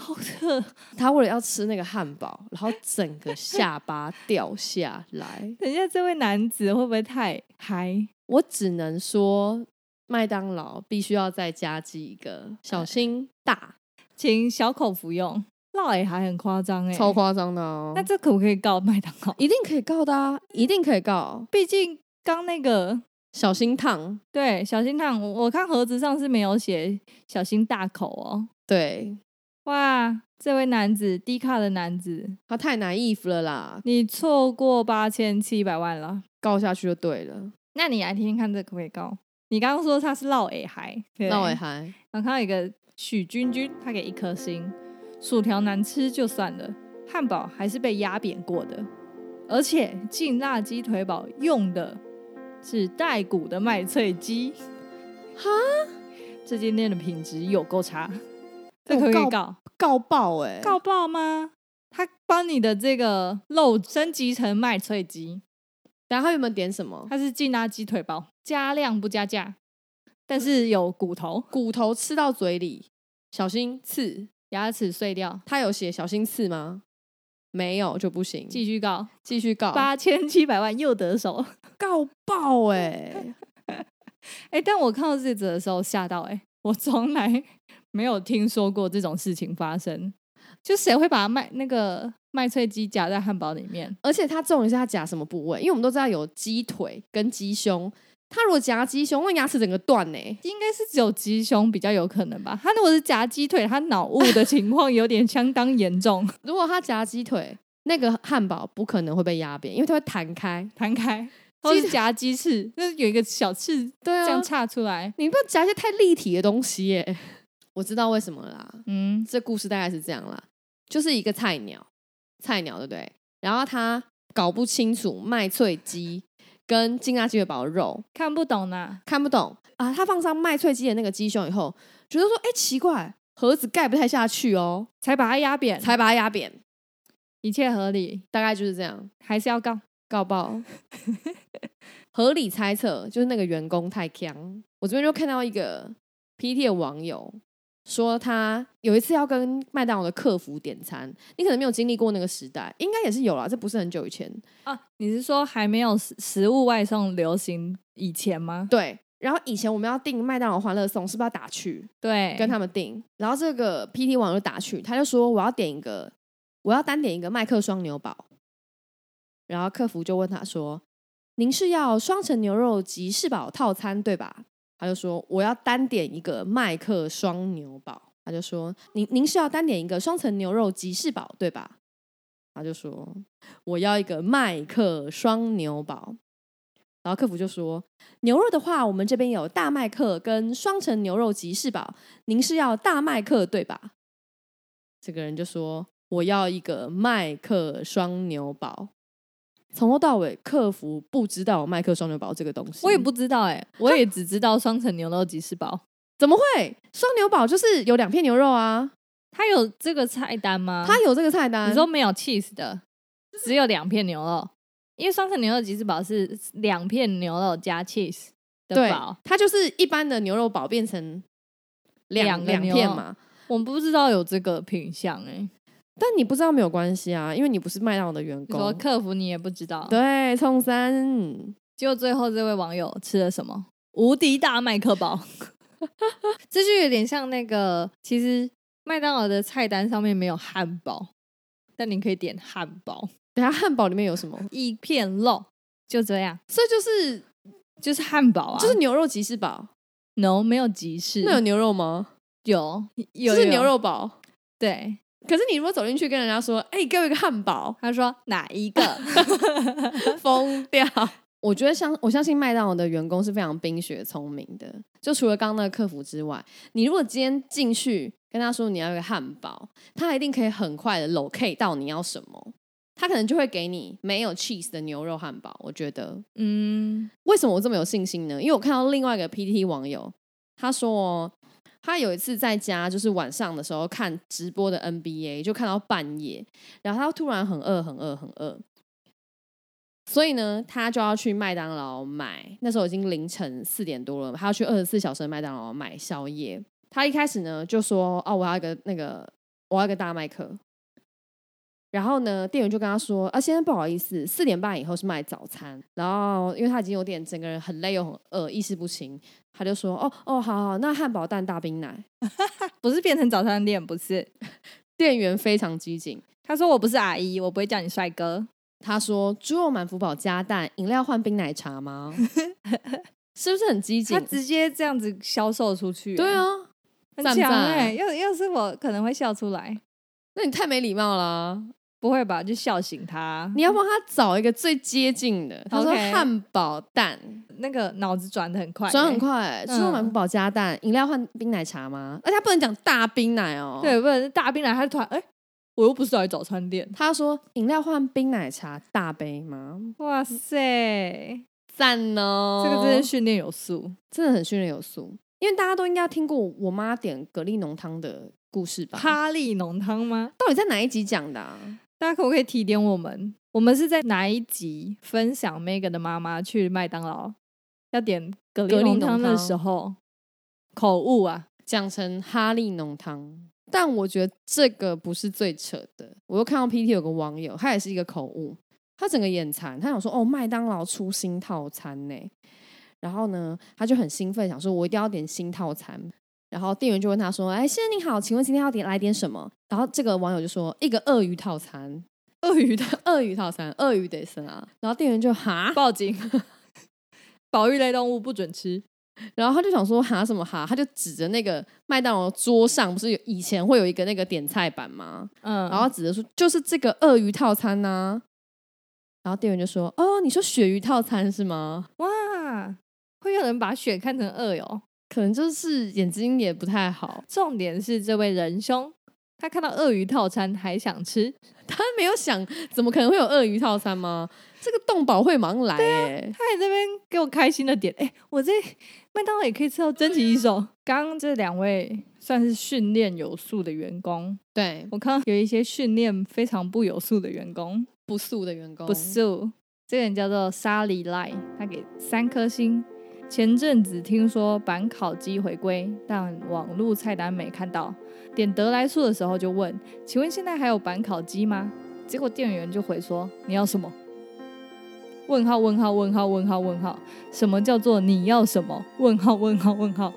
Speaker 3: 好热。
Speaker 2: 他为了要吃那个汉堡，然后整个下巴掉下来。
Speaker 3: 等一下，这位男子会不会太嗨？
Speaker 2: 我只能说，麦当劳必须要再加记一个小心大，
Speaker 3: 请小口服用，那也还很夸张哎，
Speaker 2: 超。夸张的哦
Speaker 3: 那。这可不可以告麦当劳？
Speaker 2: 一定可以告的啊，一定可以告，
Speaker 3: 毕竟刚那个
Speaker 2: 小心烫。
Speaker 3: 对小心烫，我我看盒子上是没有写小心大口哦。
Speaker 2: 对，
Speaker 3: 哇，这位男子，低卡的男子，
Speaker 2: 他太 naive 了啦，
Speaker 3: 你错过八千七百万了。
Speaker 2: 告下去就对了。
Speaker 3: 那你来听听看，这可不可以告？你刚刚说他是落尾孩，对
Speaker 2: 那我也还
Speaker 3: 然后看到一个许君君，他给一颗星，薯条难吃就算了，汉堡还是被压扁过的，而且劲辣鸡腿堡用的是带骨的麦脆鸡。
Speaker 2: 哈，
Speaker 3: 这间店的品质有够差，这
Speaker 2: 有
Speaker 3: 可不可以
Speaker 2: 告
Speaker 3: 告
Speaker 2: 告爆哎、
Speaker 3: 告爆吗？他帮你的这个肉升级成麦脆鸡，
Speaker 2: 然后他原本点什么？
Speaker 3: 它是劲辣鸡腿堡，加量不加价，但是有骨头，
Speaker 2: 骨头吃到嘴里，小心刺。
Speaker 3: 牙齿碎掉，
Speaker 2: 他有写小心刺吗？没有就不行，
Speaker 3: 继续告
Speaker 2: 继续告
Speaker 3: 八千七百万又得手。
Speaker 2: 告爆哎、
Speaker 3: 哎、但我看到这则的时候吓到、欸，哎，我从来 没有听说过这种事情发生。就谁会把麦那个麦脆鸡夹在汉堡里面？
Speaker 2: 而且他重点是他夹什么部位，因为我们都知道有鸡腿跟鸡胸，他如果夹鸡胸，那牙齿整个断欸呢、
Speaker 3: 应该是只有鸡胸比较有可能吧。他如果是夹鸡腿，他脑雾的情况有点相当严重，
Speaker 2: 如果他夹鸡腿，那个汉堡不可能会被压扁，因为它会弹开。
Speaker 3: 弹开。或是夹鸡翅，那有一个小刺
Speaker 2: 对
Speaker 3: 这
Speaker 2: 啊
Speaker 3: 样，岔出来。
Speaker 2: 你不要夹一些太立体的东西耶、 我知道为什么了啦，
Speaker 3: 嗯，
Speaker 2: 这故事大概是这样啦，就是一个菜鸟，菜鸟对不对？然后他搞不清楚麦脆鸡跟劲辣鸡腿堡的肉，
Speaker 3: 看不懂呐、
Speaker 2: 看不懂啊。他放上麦脆鸡的那个鸡胸以后，觉得说，哎、奇怪，盒子盖不太下去哦，
Speaker 3: 才把它压扁，
Speaker 2: 才把它压扁，
Speaker 3: 一切合理，
Speaker 2: 大概就是这样。
Speaker 3: 还是要告。
Speaker 2: 告爆。合理猜测就是那个员工太强。我这边就看到一个 PT 的网友说，他有一次要跟麦当劳的客服点餐，你可能没有经历过那个时代，应该也是有啦，这不是很久以前。
Speaker 3: 啊，你是说还没有食食物外送流行以前吗？
Speaker 2: 对，然后以前我们要订麦当劳欢乐颂，是不是要打去
Speaker 3: 对，
Speaker 2: 跟他们订？然后这个 PT 网友打去，他就说我要点一个，我要单点一个麦克双牛堡。然后客服就问他说：“您是要双层牛肉吉士堡套餐对吧？”他就说：“我要单点一个麦克双牛堡。”他就说：“您您是要单点一个双层牛肉吉士堡对吧？”他就说：“我要一个麦克双牛堡。”然后客服就说：“牛肉的话，我们这边有大麦克跟双层牛肉吉士堡，您是要大麦克对吧？”这个人就说：“我要一个麦克双牛堡。”从头到尾，客服不知道有麦克双牛堡这个东西，
Speaker 3: 我也不知道哎、我也只知道双层牛肉吉士堡。
Speaker 2: 怎么会？双牛堡就是有两片牛肉啊，
Speaker 3: 它有这个菜单吗？
Speaker 2: 它有这个菜单。
Speaker 3: 啊你说没有 cheese 的，只有两片牛肉，因为双层牛肉吉士堡是两片牛肉加 cheese 的
Speaker 2: 对
Speaker 3: 堡。，
Speaker 2: 它就是一般的牛肉堡变成两
Speaker 3: 两个
Speaker 2: 两
Speaker 3: 牛
Speaker 2: 片
Speaker 3: 肉
Speaker 2: 嘛。
Speaker 3: 我不知道有这个品相哎、
Speaker 2: 但你不知道没有关系啊，因为你不是麦当劳的员
Speaker 3: 你说
Speaker 2: 工。
Speaker 3: 客服你也不知道，
Speaker 2: 对，冲三
Speaker 3: 结果最后这位网友吃了什么？无敌大麦克堡， 这就有点像那个，其实麦当劳的菜单上面没有汉堡，但你可以点汉堡，
Speaker 2: 等下汉堡里面有什么？
Speaker 3: 一片肉，就这样，
Speaker 2: 所以就是
Speaker 3: 就是汉堡啊，
Speaker 2: 就是牛肉吉士堡，
Speaker 3: no 没有集市，
Speaker 2: 那有牛肉吗？
Speaker 3: 有有
Speaker 2: 就是
Speaker 3: 有
Speaker 2: 牛肉堡。
Speaker 3: 对，
Speaker 2: 可是你如果走进去跟人家说：“哎、给我一个汉堡
Speaker 3: 他说哪一个？”，
Speaker 2: 疯掉。我觉得相我相信麦当劳的员工是非常冰雪聪明的，就除了刚刚那个客服之外，你如果今天进去跟他说你要一个汉堡，他一定可以很快的 locate 到你要什么，他可能就会给你没有 cheese 的牛肉汉堡。我觉得，
Speaker 3: 嗯，
Speaker 2: 为什么我这么有信心呢？因为我看到另外一个 PTT 网友，他说哦他有一次在家，就是晚上的时候看直播的 NBA，就看到半夜，然后他突然很饿，很饿，很饿，所以呢，他就要去麦当劳买。那时候已经凌晨四点多了，他要去二十四小时的麦当劳买宵夜。他一开始呢就说：“哦，我要一个那个，我要一个大麦克。”然后呢，店员就跟他说：“啊，先生，不好意思，四点半以后是卖早餐。”然后因为他已经有点整个人很累又很饿，意识不清，他就说：“哦哦，好好，那汉堡蛋大冰奶。
Speaker 3: 不是变成早餐店，不是。”
Speaker 2: 店员非常机警，
Speaker 3: 他说我不是阿姨，我不会叫你帅哥。
Speaker 2: 他说：“猪肉满福堡加蛋，饮料换冰奶茶吗？” 是不是很激
Speaker 3: 他
Speaker 2: 进？
Speaker 3: 直接这样子销售出去、
Speaker 2: 对啊，
Speaker 3: 很
Speaker 2: 赞不
Speaker 3: 强
Speaker 2: 赞
Speaker 3: 哎、要要是我可能会笑出来，
Speaker 2: 那你太没礼貌啦！
Speaker 3: 不会吧？就笑醒他。
Speaker 2: 你要帮他找一个最接近的。他说
Speaker 3: OK
Speaker 2: 汉堡蛋，
Speaker 3: 那个脑子转的很快、
Speaker 2: 转很。快、猪肉
Speaker 3: 嗯
Speaker 2: 满福堡加蛋，饮料换冰奶茶吗？而且他不能讲大冰奶哦。
Speaker 3: 对，不然大冰奶他突然哎、我又不是来早餐店。
Speaker 2: 他说饮料换冰奶茶大杯吗？
Speaker 3: 哇塞，
Speaker 2: 赞哦，
Speaker 3: 这个真是训练有素。
Speaker 2: 真的很训练有素，因为大家都应该听过我妈点蛤蜊浓汤的故事吧？
Speaker 3: 哈利浓汤吗？
Speaker 2: 到底在哪一集讲的、啊？
Speaker 3: 大家可不可以提点我们？我们是在哪一集分享 Megan 的妈妈去麦当劳要点蛤
Speaker 2: 蛤
Speaker 3: 蜊
Speaker 2: 蜊
Speaker 3: 浓
Speaker 2: 浓
Speaker 3: 汤的
Speaker 2: 汤
Speaker 3: 时候，口误啊？
Speaker 2: 讲成哈利浓汤，但我觉得这个不是最扯的。我又看到 PT 有个网友，他也是一个口误，他整个眼馋，他想说哦，麦当劳出新套餐呢、然后呢，他就很兴奋，想说我一定要点新套餐。然后店员就问他说：“哎，先生您好，请问今天要点来点什么？”然后这个网友就说：“一个鳄鱼套餐，
Speaker 3: 鳄鱼的
Speaker 2: 鳄鱼套餐，鳄鱼得生啊。”然后店员就哈，
Speaker 3: 报 警，保育类动物不准吃。
Speaker 2: 然后他就想说哈什么哈，他就指着那个麦当劳桌上，不是有以前会有一个那个点菜板吗？
Speaker 3: 嗯，
Speaker 2: 然后指着说就是这个鳄鱼套餐呐、然后店员就说哦，你说鳕鱼套餐是吗？
Speaker 3: 哇，会有人把血看成鳄哟。
Speaker 2: 可能就是眼睛也不太好，
Speaker 3: 重点是这位仁兄，他看到鳄鱼套餐还想吃，
Speaker 2: 他没有想怎么可能会有鳄鱼套餐吗？这个动保会马上来耶、
Speaker 3: 啊他也这边给我开心的点，哎、我这麦当劳也可以吃到珍奇一手。刚刚这两位算是训练有素的员工，
Speaker 2: 对，
Speaker 3: 我看到有一些训练非常不有素的员工，
Speaker 2: 不素的员工
Speaker 3: 不素。这个人叫做沙里赖，他给三颗星。前阵子听说板烤鸡回归，但网络菜单没看到。点得来速的时候就问：“请问现在还有板烤鸡吗？”结果店员就回说：“你要什么？”问号问号问号问号问号，什么叫做你要什么？问号问号问号，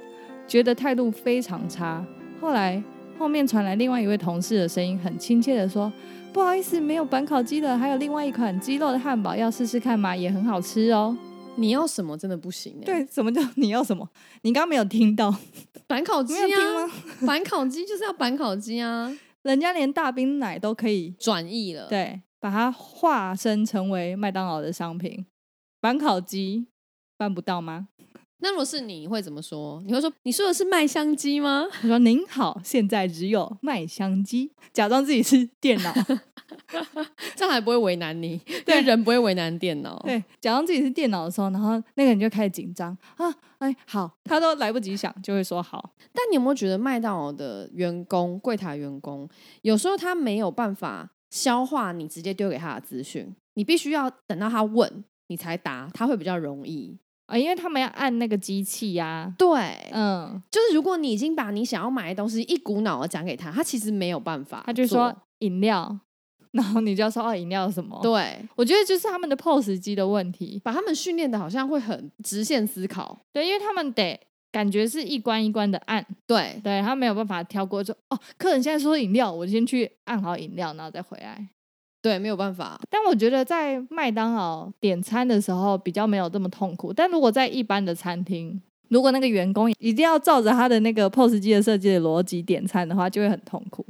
Speaker 3: 觉得态度非常差。后来后面传来另外一位同事的声音，很亲切的说：“不好意思，没有板烤鸡了，还有另外一款鸡肉的汉堡，要试试看吗？也很好吃哦。
Speaker 2: 你要什么真的不行、欸，，
Speaker 3: 对，什么叫你要什么？你刚刚没有听到，
Speaker 2: 板烤鸡
Speaker 3: 没有听
Speaker 2: 啊，
Speaker 3: 吗？
Speaker 2: 板烤鸡就是要板烤鸡啊，
Speaker 3: 人家连大冰奶都可以，
Speaker 2: 转译了，，
Speaker 3: 对，把它化身成为麦当劳的商品，板烤鸡办不到吗？
Speaker 2: 那如果是你会怎么说？你会说你说的是麦香鸡吗？
Speaker 3: 他说：“您好，现在只有麦香鸡，假装自己是电 脑，
Speaker 2: 这样还不会为难你，对人不会为难电脑。
Speaker 3: 对，假装自己是电脑的时候，然后那个人就开始紧张啊，哎，好，他都来不及想，就会说好，
Speaker 2: 但你有没有觉得麦当劳的员工、柜台员工，有时候他没有办法消化你直接丢给他的资讯，你必须要等到他问你才答，他会比较容易。
Speaker 3: 啊，因为他们要按那个机器啊呀、
Speaker 2: 对，
Speaker 3: 嗯，
Speaker 2: 就是如果你已经把你想要买的东西一股脑的讲给他，他其实没有办法做，
Speaker 3: 他就说哦饮料，然后你就要说哦，饮料什么？，
Speaker 2: 对，
Speaker 3: 我觉得就是他们的 POS 机的问题，
Speaker 2: 把他们训练的好像会很直线思考，
Speaker 3: 对，因为他们得感觉是一关一关的按，
Speaker 2: 对，
Speaker 3: 对他没有办法跳过说哦，客人现在说饮料，我先去按好饮料，然后再回来。
Speaker 2: 对，没有办法，
Speaker 3: 但我觉得在麦当劳点餐的时候比较没有这么痛苦，但如果在一般的餐厅，如果那个员工一定要照着他的那个 POS 机的设计的逻辑点餐的话，就会很痛苦。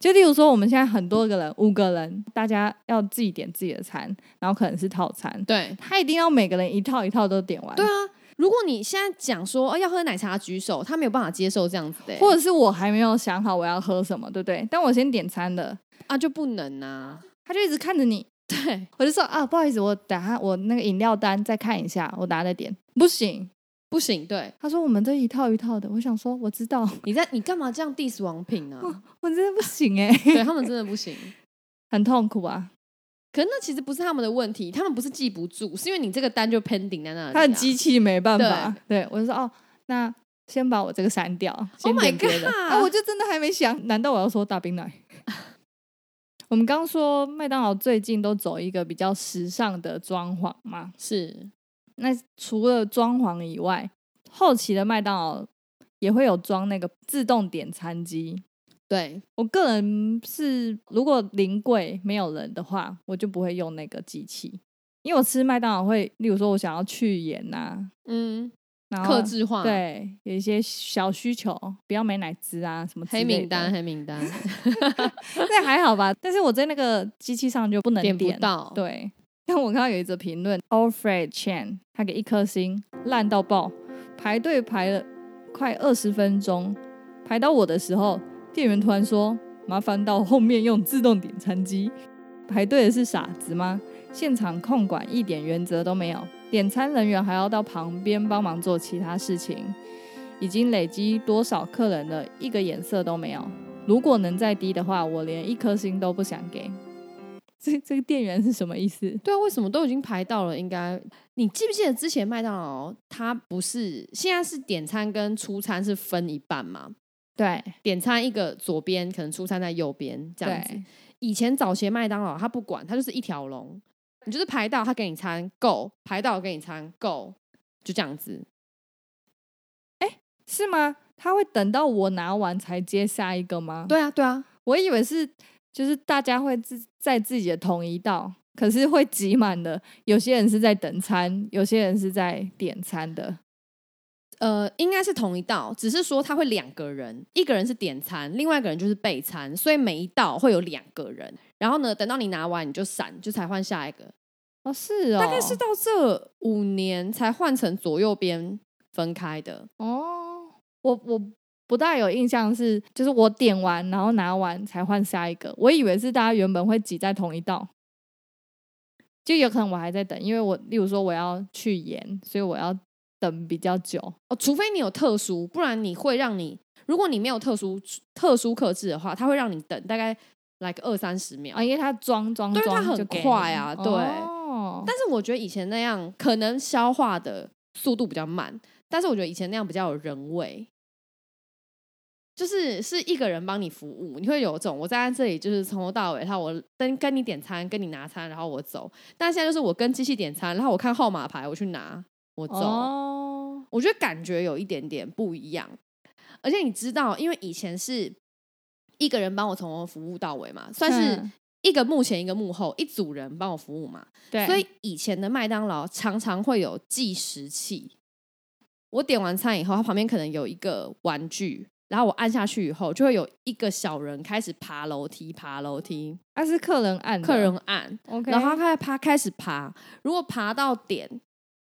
Speaker 3: 就例如说，我们现在很多个人，五个人，大家要自己点自己的餐，然后可能是套餐，
Speaker 2: 对，
Speaker 3: 他一定要每个人一套一套都点完。
Speaker 2: 对啊。如果你现在讲说、哦、要喝奶茶举手，他没有办法接受这样子的欸、
Speaker 3: 或者是我还没有想好我要喝什么，对不对？但我先点餐了，
Speaker 2: 啊就不能啊，
Speaker 3: 他就一直看着你，
Speaker 2: 对，
Speaker 3: 我就说啊，不好意思，我等下我那个饮料单再看一下，我等下再点。不行，
Speaker 2: 不行，对
Speaker 3: 他说我们这一套一套的，我想说我知道，
Speaker 2: 你在你干嘛这样 diss 王品啊？
Speaker 3: 我真的不行哎、
Speaker 2: 对他们真的不行。
Speaker 3: 很痛苦啊，
Speaker 2: 可是那其实不是他们的问题，他们不是记不住，是因为你这个单就 pending 在那里、啊。
Speaker 3: 他的机器没办法。对我就说哦，那先把我这个删掉先
Speaker 2: Oh my
Speaker 3: 点别的
Speaker 2: God
Speaker 3: 啊，我就真的还没想，难道我要说大冰奶？ 我们刚说麦当劳最近都走一个比较时尚的装潢嘛，
Speaker 2: 是
Speaker 3: 那除了装潢以外，后期的麦当劳也会有装那个自动点餐机。
Speaker 2: 对，
Speaker 3: 我个人是，如果临柜没有人的话，我就不会用那个机器，因为我吃麦当劳会，例如说我想要去盐呐、
Speaker 2: 嗯，
Speaker 3: 然后
Speaker 2: 克制化，，
Speaker 3: 哦对有一些小需求，不要美乃滋啊什么之
Speaker 2: 黑
Speaker 3: 类
Speaker 2: 名单，
Speaker 3: 的，
Speaker 2: 黑 名单，
Speaker 3: 那还好吧。但是我在那个机器上就不能
Speaker 2: 点
Speaker 3: 点
Speaker 2: 不到
Speaker 3: 对，但我看到有一则评论，Alfred Chan 他给一颗星，烂到爆，排队排了快二十分钟，排到我的时候，店员突然说：“麻烦到后面用自动点餐机。排队的是傻子吗？现场控管一点原则都没有，点餐人员还要到旁边帮忙做其他事情。已经累积多少客人了，一个眼色都没有。如果能再低的话，我连一颗星都不想给。这这个店员是什么意思？
Speaker 2: 对啊，为什么都已经排到了？应该你记不记得之前麦当劳它不是现在是点餐跟出餐是分一半嘛？
Speaker 3: 对
Speaker 2: 点餐一个左边，可能出餐在右边这样子。
Speaker 3: 对
Speaker 2: 以前早前麦当劳它不管，它就是一条龙，你就是排到它给你餐够，排到给你餐够，就这样子。
Speaker 3: 是吗？他会等到我拿完才接下一个吗？，
Speaker 2: 对啊，对啊，
Speaker 3: 我以为是就是大家会自在自己的同一道，可是会挤满的。有些人是在等餐，有些人是在点餐的。
Speaker 2: 呃，应该是同一道，只是说它会两个人，一个人是点餐，另外一个人就是备餐，所以每一道会有两个人。然后呢，等到你拿完你就闪，就才换下一个。啊
Speaker 3: 哦，是哦，
Speaker 2: 大概是到这五年才换成左右边分开的。
Speaker 3: 哦，我我不大有印象是，就是我点完然后拿完才换下一个，我以为是大家原本会挤在同一道，就有可能我还在等，因为我例如说我要去盐，所以我要等比较久。
Speaker 2: 哦，除非你有特殊，不然你会让你，如果你没有特殊特殊克制的话，它会让你等大概来个二三十秒。
Speaker 3: 啊，因为它装装
Speaker 2: 对它
Speaker 3: 装
Speaker 2: 很
Speaker 3: 就给你
Speaker 2: 快啊对
Speaker 3: 哦
Speaker 2: 但是我觉得以前那样可能消化的速度比较慢，但是我觉得以前那样比较有人味，就是是一个人帮你服务，你会有种我站在这里就是从头到尾，然后我跟跟你点餐，跟你拿餐，然后我走。但现在就是我跟机器点餐，然后我看号码牌，我去拿，我走。
Speaker 3: 哦，
Speaker 2: 我觉得感觉有一点点不一样。而且你知道，因为以前是一个人帮我从头服务到尾嘛，算是
Speaker 3: 嗯
Speaker 2: 一个幕前一个幕后，一组人帮我服务嘛。
Speaker 3: 对，
Speaker 2: 所以以前的麦当劳常常会有计时器。我点完餐以后，它旁边可能有一个玩具，然后我按下去以后，就会有一个小人开始爬楼梯，爬楼梯，
Speaker 3: 那、是客人按的
Speaker 2: 客人按，
Speaker 3: ，OK，
Speaker 2: 然后他开始爬，开始爬。如果爬到点，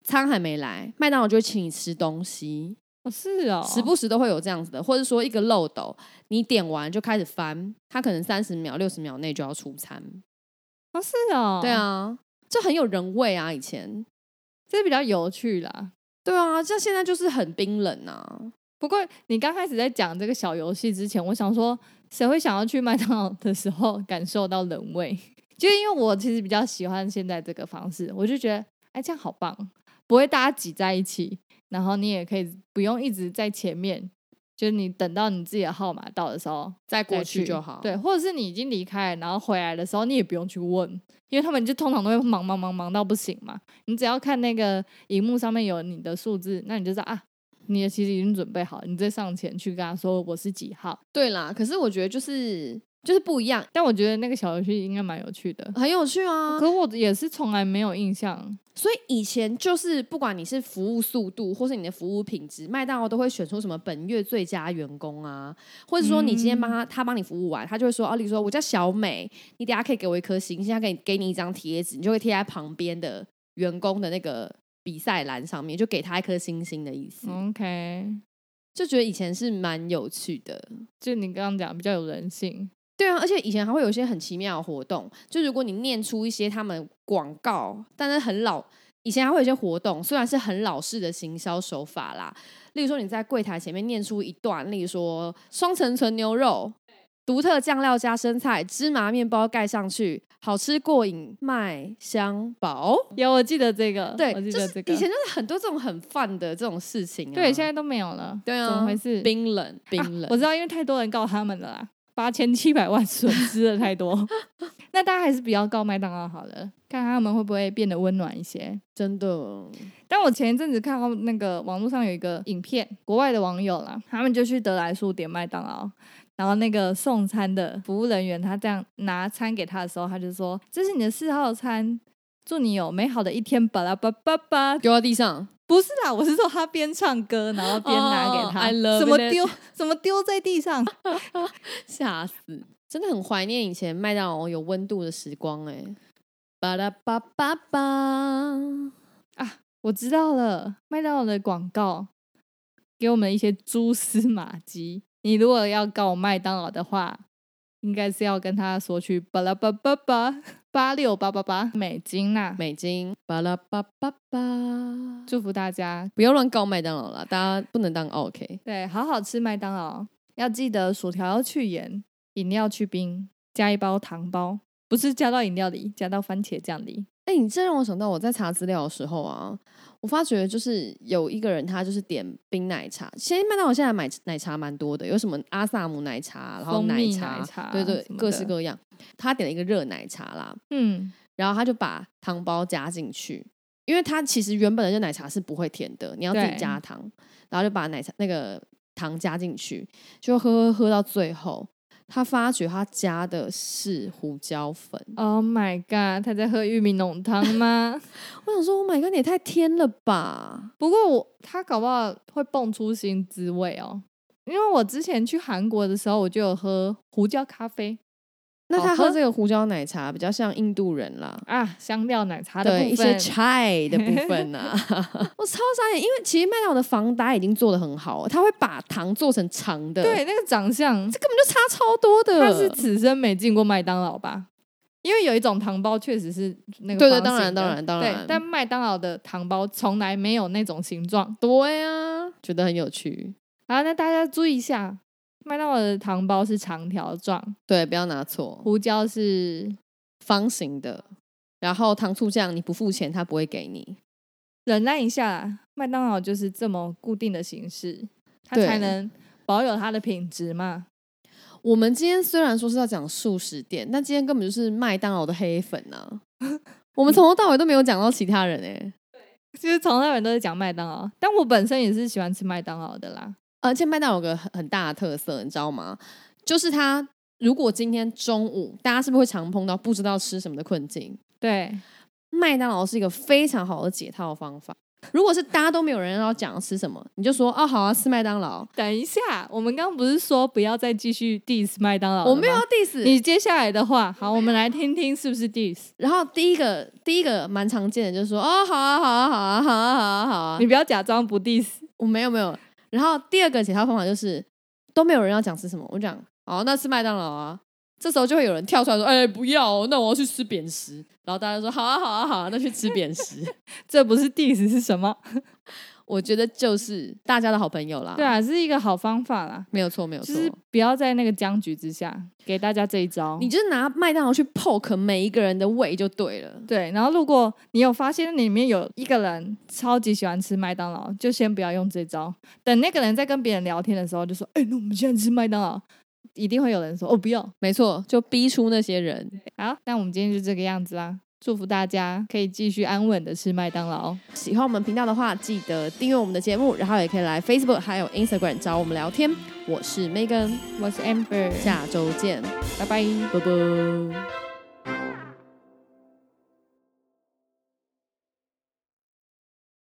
Speaker 2: 餐还没来，麦当劳就会请你吃东西，
Speaker 3: 哦是哦，
Speaker 2: 时不时都会有这样子的，或者说一个漏斗，你点完就开始翻，它可能三十秒、六十秒内就要出餐。
Speaker 3: 哦是哦，
Speaker 2: 对，啊，这很有人味啊，以前。
Speaker 3: 这比较有趣啦。
Speaker 2: 对啊，这现在就是很冰冷啊。
Speaker 3: 不过你刚开始在讲这个小游戏之前，我想说，谁会想要去麦当劳的时候 感受到人味？就因为我其实比较喜欢现在这个方式，我就觉得，哎，这样好棒，不会大家挤在一起，然后你也可以不用一直在前面，就是你等到你自己的号码到的时候
Speaker 2: 再过
Speaker 3: 再
Speaker 2: 去就好
Speaker 3: 对，或者是你已经离开了，然后回来的时候，你也不用去问，因为他们就通常都会忙忙忙忙到不行嘛。你只要看那个荧幕上面有你的数字，那你就知道啊，你也其实已经准备好，你再上前去跟他说我是几号。
Speaker 2: 对啦，可是我觉得就是就是不一样，
Speaker 3: 但我觉得那个小游戏应该蛮有趣的，
Speaker 2: 很有趣啊
Speaker 3: 可。是我也是从来没有印象。
Speaker 2: 所以以前就是不管你是服务速度，或是你的服务品质，麦当劳都会选出什么本月最佳员工啊，或者说你今天帮他、他帮你服务完，他就会说，哦，例如说我叫小美，你等下可以给我一颗星，现在给你给你一张贴纸，你就会贴在旁边的员工的那个比赛栏上面，就给他一颗星星的意思。
Speaker 3: 哦 OK，
Speaker 2: 就觉得以前是蛮有趣的。
Speaker 3: 就你刚刚讲比较有人性，
Speaker 2: 对啊，而且以前还会有一些很奇妙的活动，就如果你念出一些他们广告，但是很老，以前还会有一些活动，虽然是很老式的行销手法啦，例如说你在柜台前面念出一段，例如说双层纯牛肉。独特酱料加生菜、芝麻面包盖上去，好吃过瘾，麦香堡。
Speaker 3: 有我记得这个，哦
Speaker 2: 对，
Speaker 3: 我记
Speaker 2: 就
Speaker 3: 得
Speaker 2: 是
Speaker 3: 这
Speaker 2: 以前
Speaker 3: 个，
Speaker 2: 就是很多这种很泛的这种事情、啊。
Speaker 3: 对，现在都没有了，
Speaker 2: 对啊，
Speaker 3: 怎么回事？
Speaker 2: 冰冷，冰
Speaker 3: 啊
Speaker 2: 冷。
Speaker 3: 我知道，因为太多人告他们了啦，八千七百万损失了太多。 那大家还是不要告麦当劳好了，看他们会不会变得温暖一些。
Speaker 2: 真的，
Speaker 3: 但我前一阵子看到那个网络上有一个影片，国外的网友啦，他们就去德来速点麦当劳，然后那个送餐的服务人员他这样拿餐给他的时候，他就说：“这是你的四号餐，祝你有美好的一天，巴拉巴巴巴。”
Speaker 2: 丢到地上。
Speaker 3: 不是啦，我是说他边唱歌然后边拿给
Speaker 2: 哦
Speaker 3: 他，
Speaker 2: I love
Speaker 3: 怎么
Speaker 2: it
Speaker 3: 丢怎么丢在地上，
Speaker 2: 吓死！真的很怀念以前麦当劳有温度的时光哎、巴拉巴巴巴，
Speaker 3: 我知道了，麦当劳的广告给我们一些蛛丝马迹。你如果要告麦当劳的话，应该是要跟他说去巴拉巴巴巴八六八八八美金呐、
Speaker 2: 美金，巴拉巴巴巴。
Speaker 3: 祝福大家
Speaker 2: 不要乱告麦当劳了，大家不能当 OK。
Speaker 3: 对好好吃麦当劳，要记得薯条要去盐，饮料去冰，加一包糖包，不是加到饮料里，加到番茄酱里。
Speaker 2: 哎、你这让我想到我在查资料的时候啊，我发觉就是有一个人他就是点冰奶茶，其实麦当劳现在买奶茶蛮多的，有什么阿萨姆奶茶，然后
Speaker 3: 蜂蜜
Speaker 2: 茶，
Speaker 3: 奶茶
Speaker 2: 对对
Speaker 3: 什么，的
Speaker 2: 各式各样。他点了一个热奶茶啦，
Speaker 3: 嗯，
Speaker 2: 然后他就把糖包加进去，因为他其实原本的热奶茶是不会甜的，你要自己
Speaker 3: 对
Speaker 2: 加糖，然后就把奶茶那个糖加进去，就喝喝喝到最后，他发觉他加的是胡椒粉，
Speaker 3: Oh my god，他在喝玉米浓汤吗？
Speaker 2: 我想说，Oh my god，你也太天了吧！
Speaker 3: 不过我他搞不好会蹦出新滋味哦，因为我之前去韩国的时候，我就有喝胡椒咖啡
Speaker 2: 那他
Speaker 3: 好喝
Speaker 2: 喝这个胡椒奶茶比较像印度人啦，
Speaker 3: 啊，香料奶茶的部
Speaker 2: 对
Speaker 3: 分，
Speaker 2: 一些 chai 的部分啊， 我超傻眼，因为其实麦当劳的防打已经做的很好了，他会把糖做成长的，
Speaker 3: 对，那个长相，
Speaker 2: 根本就差超多的。
Speaker 3: 他是此生没进过麦当劳吧？因为有一种糖包确实是那个
Speaker 2: 对对
Speaker 3: 方
Speaker 2: 当然
Speaker 3: 形的
Speaker 2: 当然当然
Speaker 3: 对，但麦当劳的糖包从来没有那种形状。
Speaker 2: 对啊，觉得很有趣。
Speaker 3: 好，那大家注意一下，麦当劳的糖包是长条状，
Speaker 2: 对，不要拿错，
Speaker 3: 胡椒是
Speaker 2: 方形的。然后糖醋酱你不付钱，他不会给你。
Speaker 3: 忍耐一下啦，麦当劳就是这么固定的形式，它
Speaker 2: 对
Speaker 3: 才能保有它的品质嘛。
Speaker 2: 我们今天虽然说是要讲素食店，但今天根本就是麦当劳的黑粉啊！ 我们从头到尾都没有讲到其他人哎、
Speaker 3: 其实从那边都是讲麦当劳，但我本身也是喜欢吃麦当劳的啦。
Speaker 2: 而呃且麦当劳有个很很大的特色，你知道吗？就是它如果今天中午大家是不是会常碰到不知道吃什么的困境？
Speaker 3: 对，
Speaker 2: 麦当劳是一个非常好的解套方法。如果是大家都没有人要讲吃什么，你就说哦好啊，吃麦当劳。
Speaker 3: 等一下，我们刚刚不是说不要再继续 diss 麦当劳了吗？
Speaker 2: 我没有要 diss
Speaker 3: 你接下来的话，好，我们来听听是不是 diss？
Speaker 2: 然后第一个第一个蛮常见的就是说，哦，好啊，好啊，好啊，好啊，好啊，好啊
Speaker 3: 你，不要假装不 diss。
Speaker 2: 我没有没有。然后第二个解套方法就是都没有人要讲吃什么，我讲，哦，那吃麦当劳啊。这时候就会有人跳出来说，哎，不要、哦，那我要去吃扁食。然后大家就说，好啊，好啊，好啊，那去吃扁食。
Speaker 3: 这不是 diss 是什么？
Speaker 2: 我觉得就是大家的好朋友啦，
Speaker 3: 对，啊，是一个好方法啦，
Speaker 2: 没有错，没有
Speaker 3: 就
Speaker 2: 错。
Speaker 3: 是不要在那个僵局之下，给大家这一招。
Speaker 2: 你就是拿麦当劳去 poke 每一个人的胃就对了。
Speaker 3: 对，然后如果你有发现里面有一个人超级喜欢吃麦当劳，就先不要用这招。等那个人在跟别人聊天的时候，就说：“哎、那我们现在吃麦当劳。”一定会有人说：“哦，不要。
Speaker 2: 没错，就逼出那些人。”
Speaker 3: 好，那我们今天就这个样子啦。祝福大家可以继续安稳的吃麦当劳。
Speaker 2: 喜欢我们频道的话，记得订阅我们的节目，然后也可以来 Facebook 还有 Instagram 找我们聊天。我是 Megan，
Speaker 3: 我是 Amber，
Speaker 2: 下周见，
Speaker 3: 拜拜。
Speaker 2: 拜拜。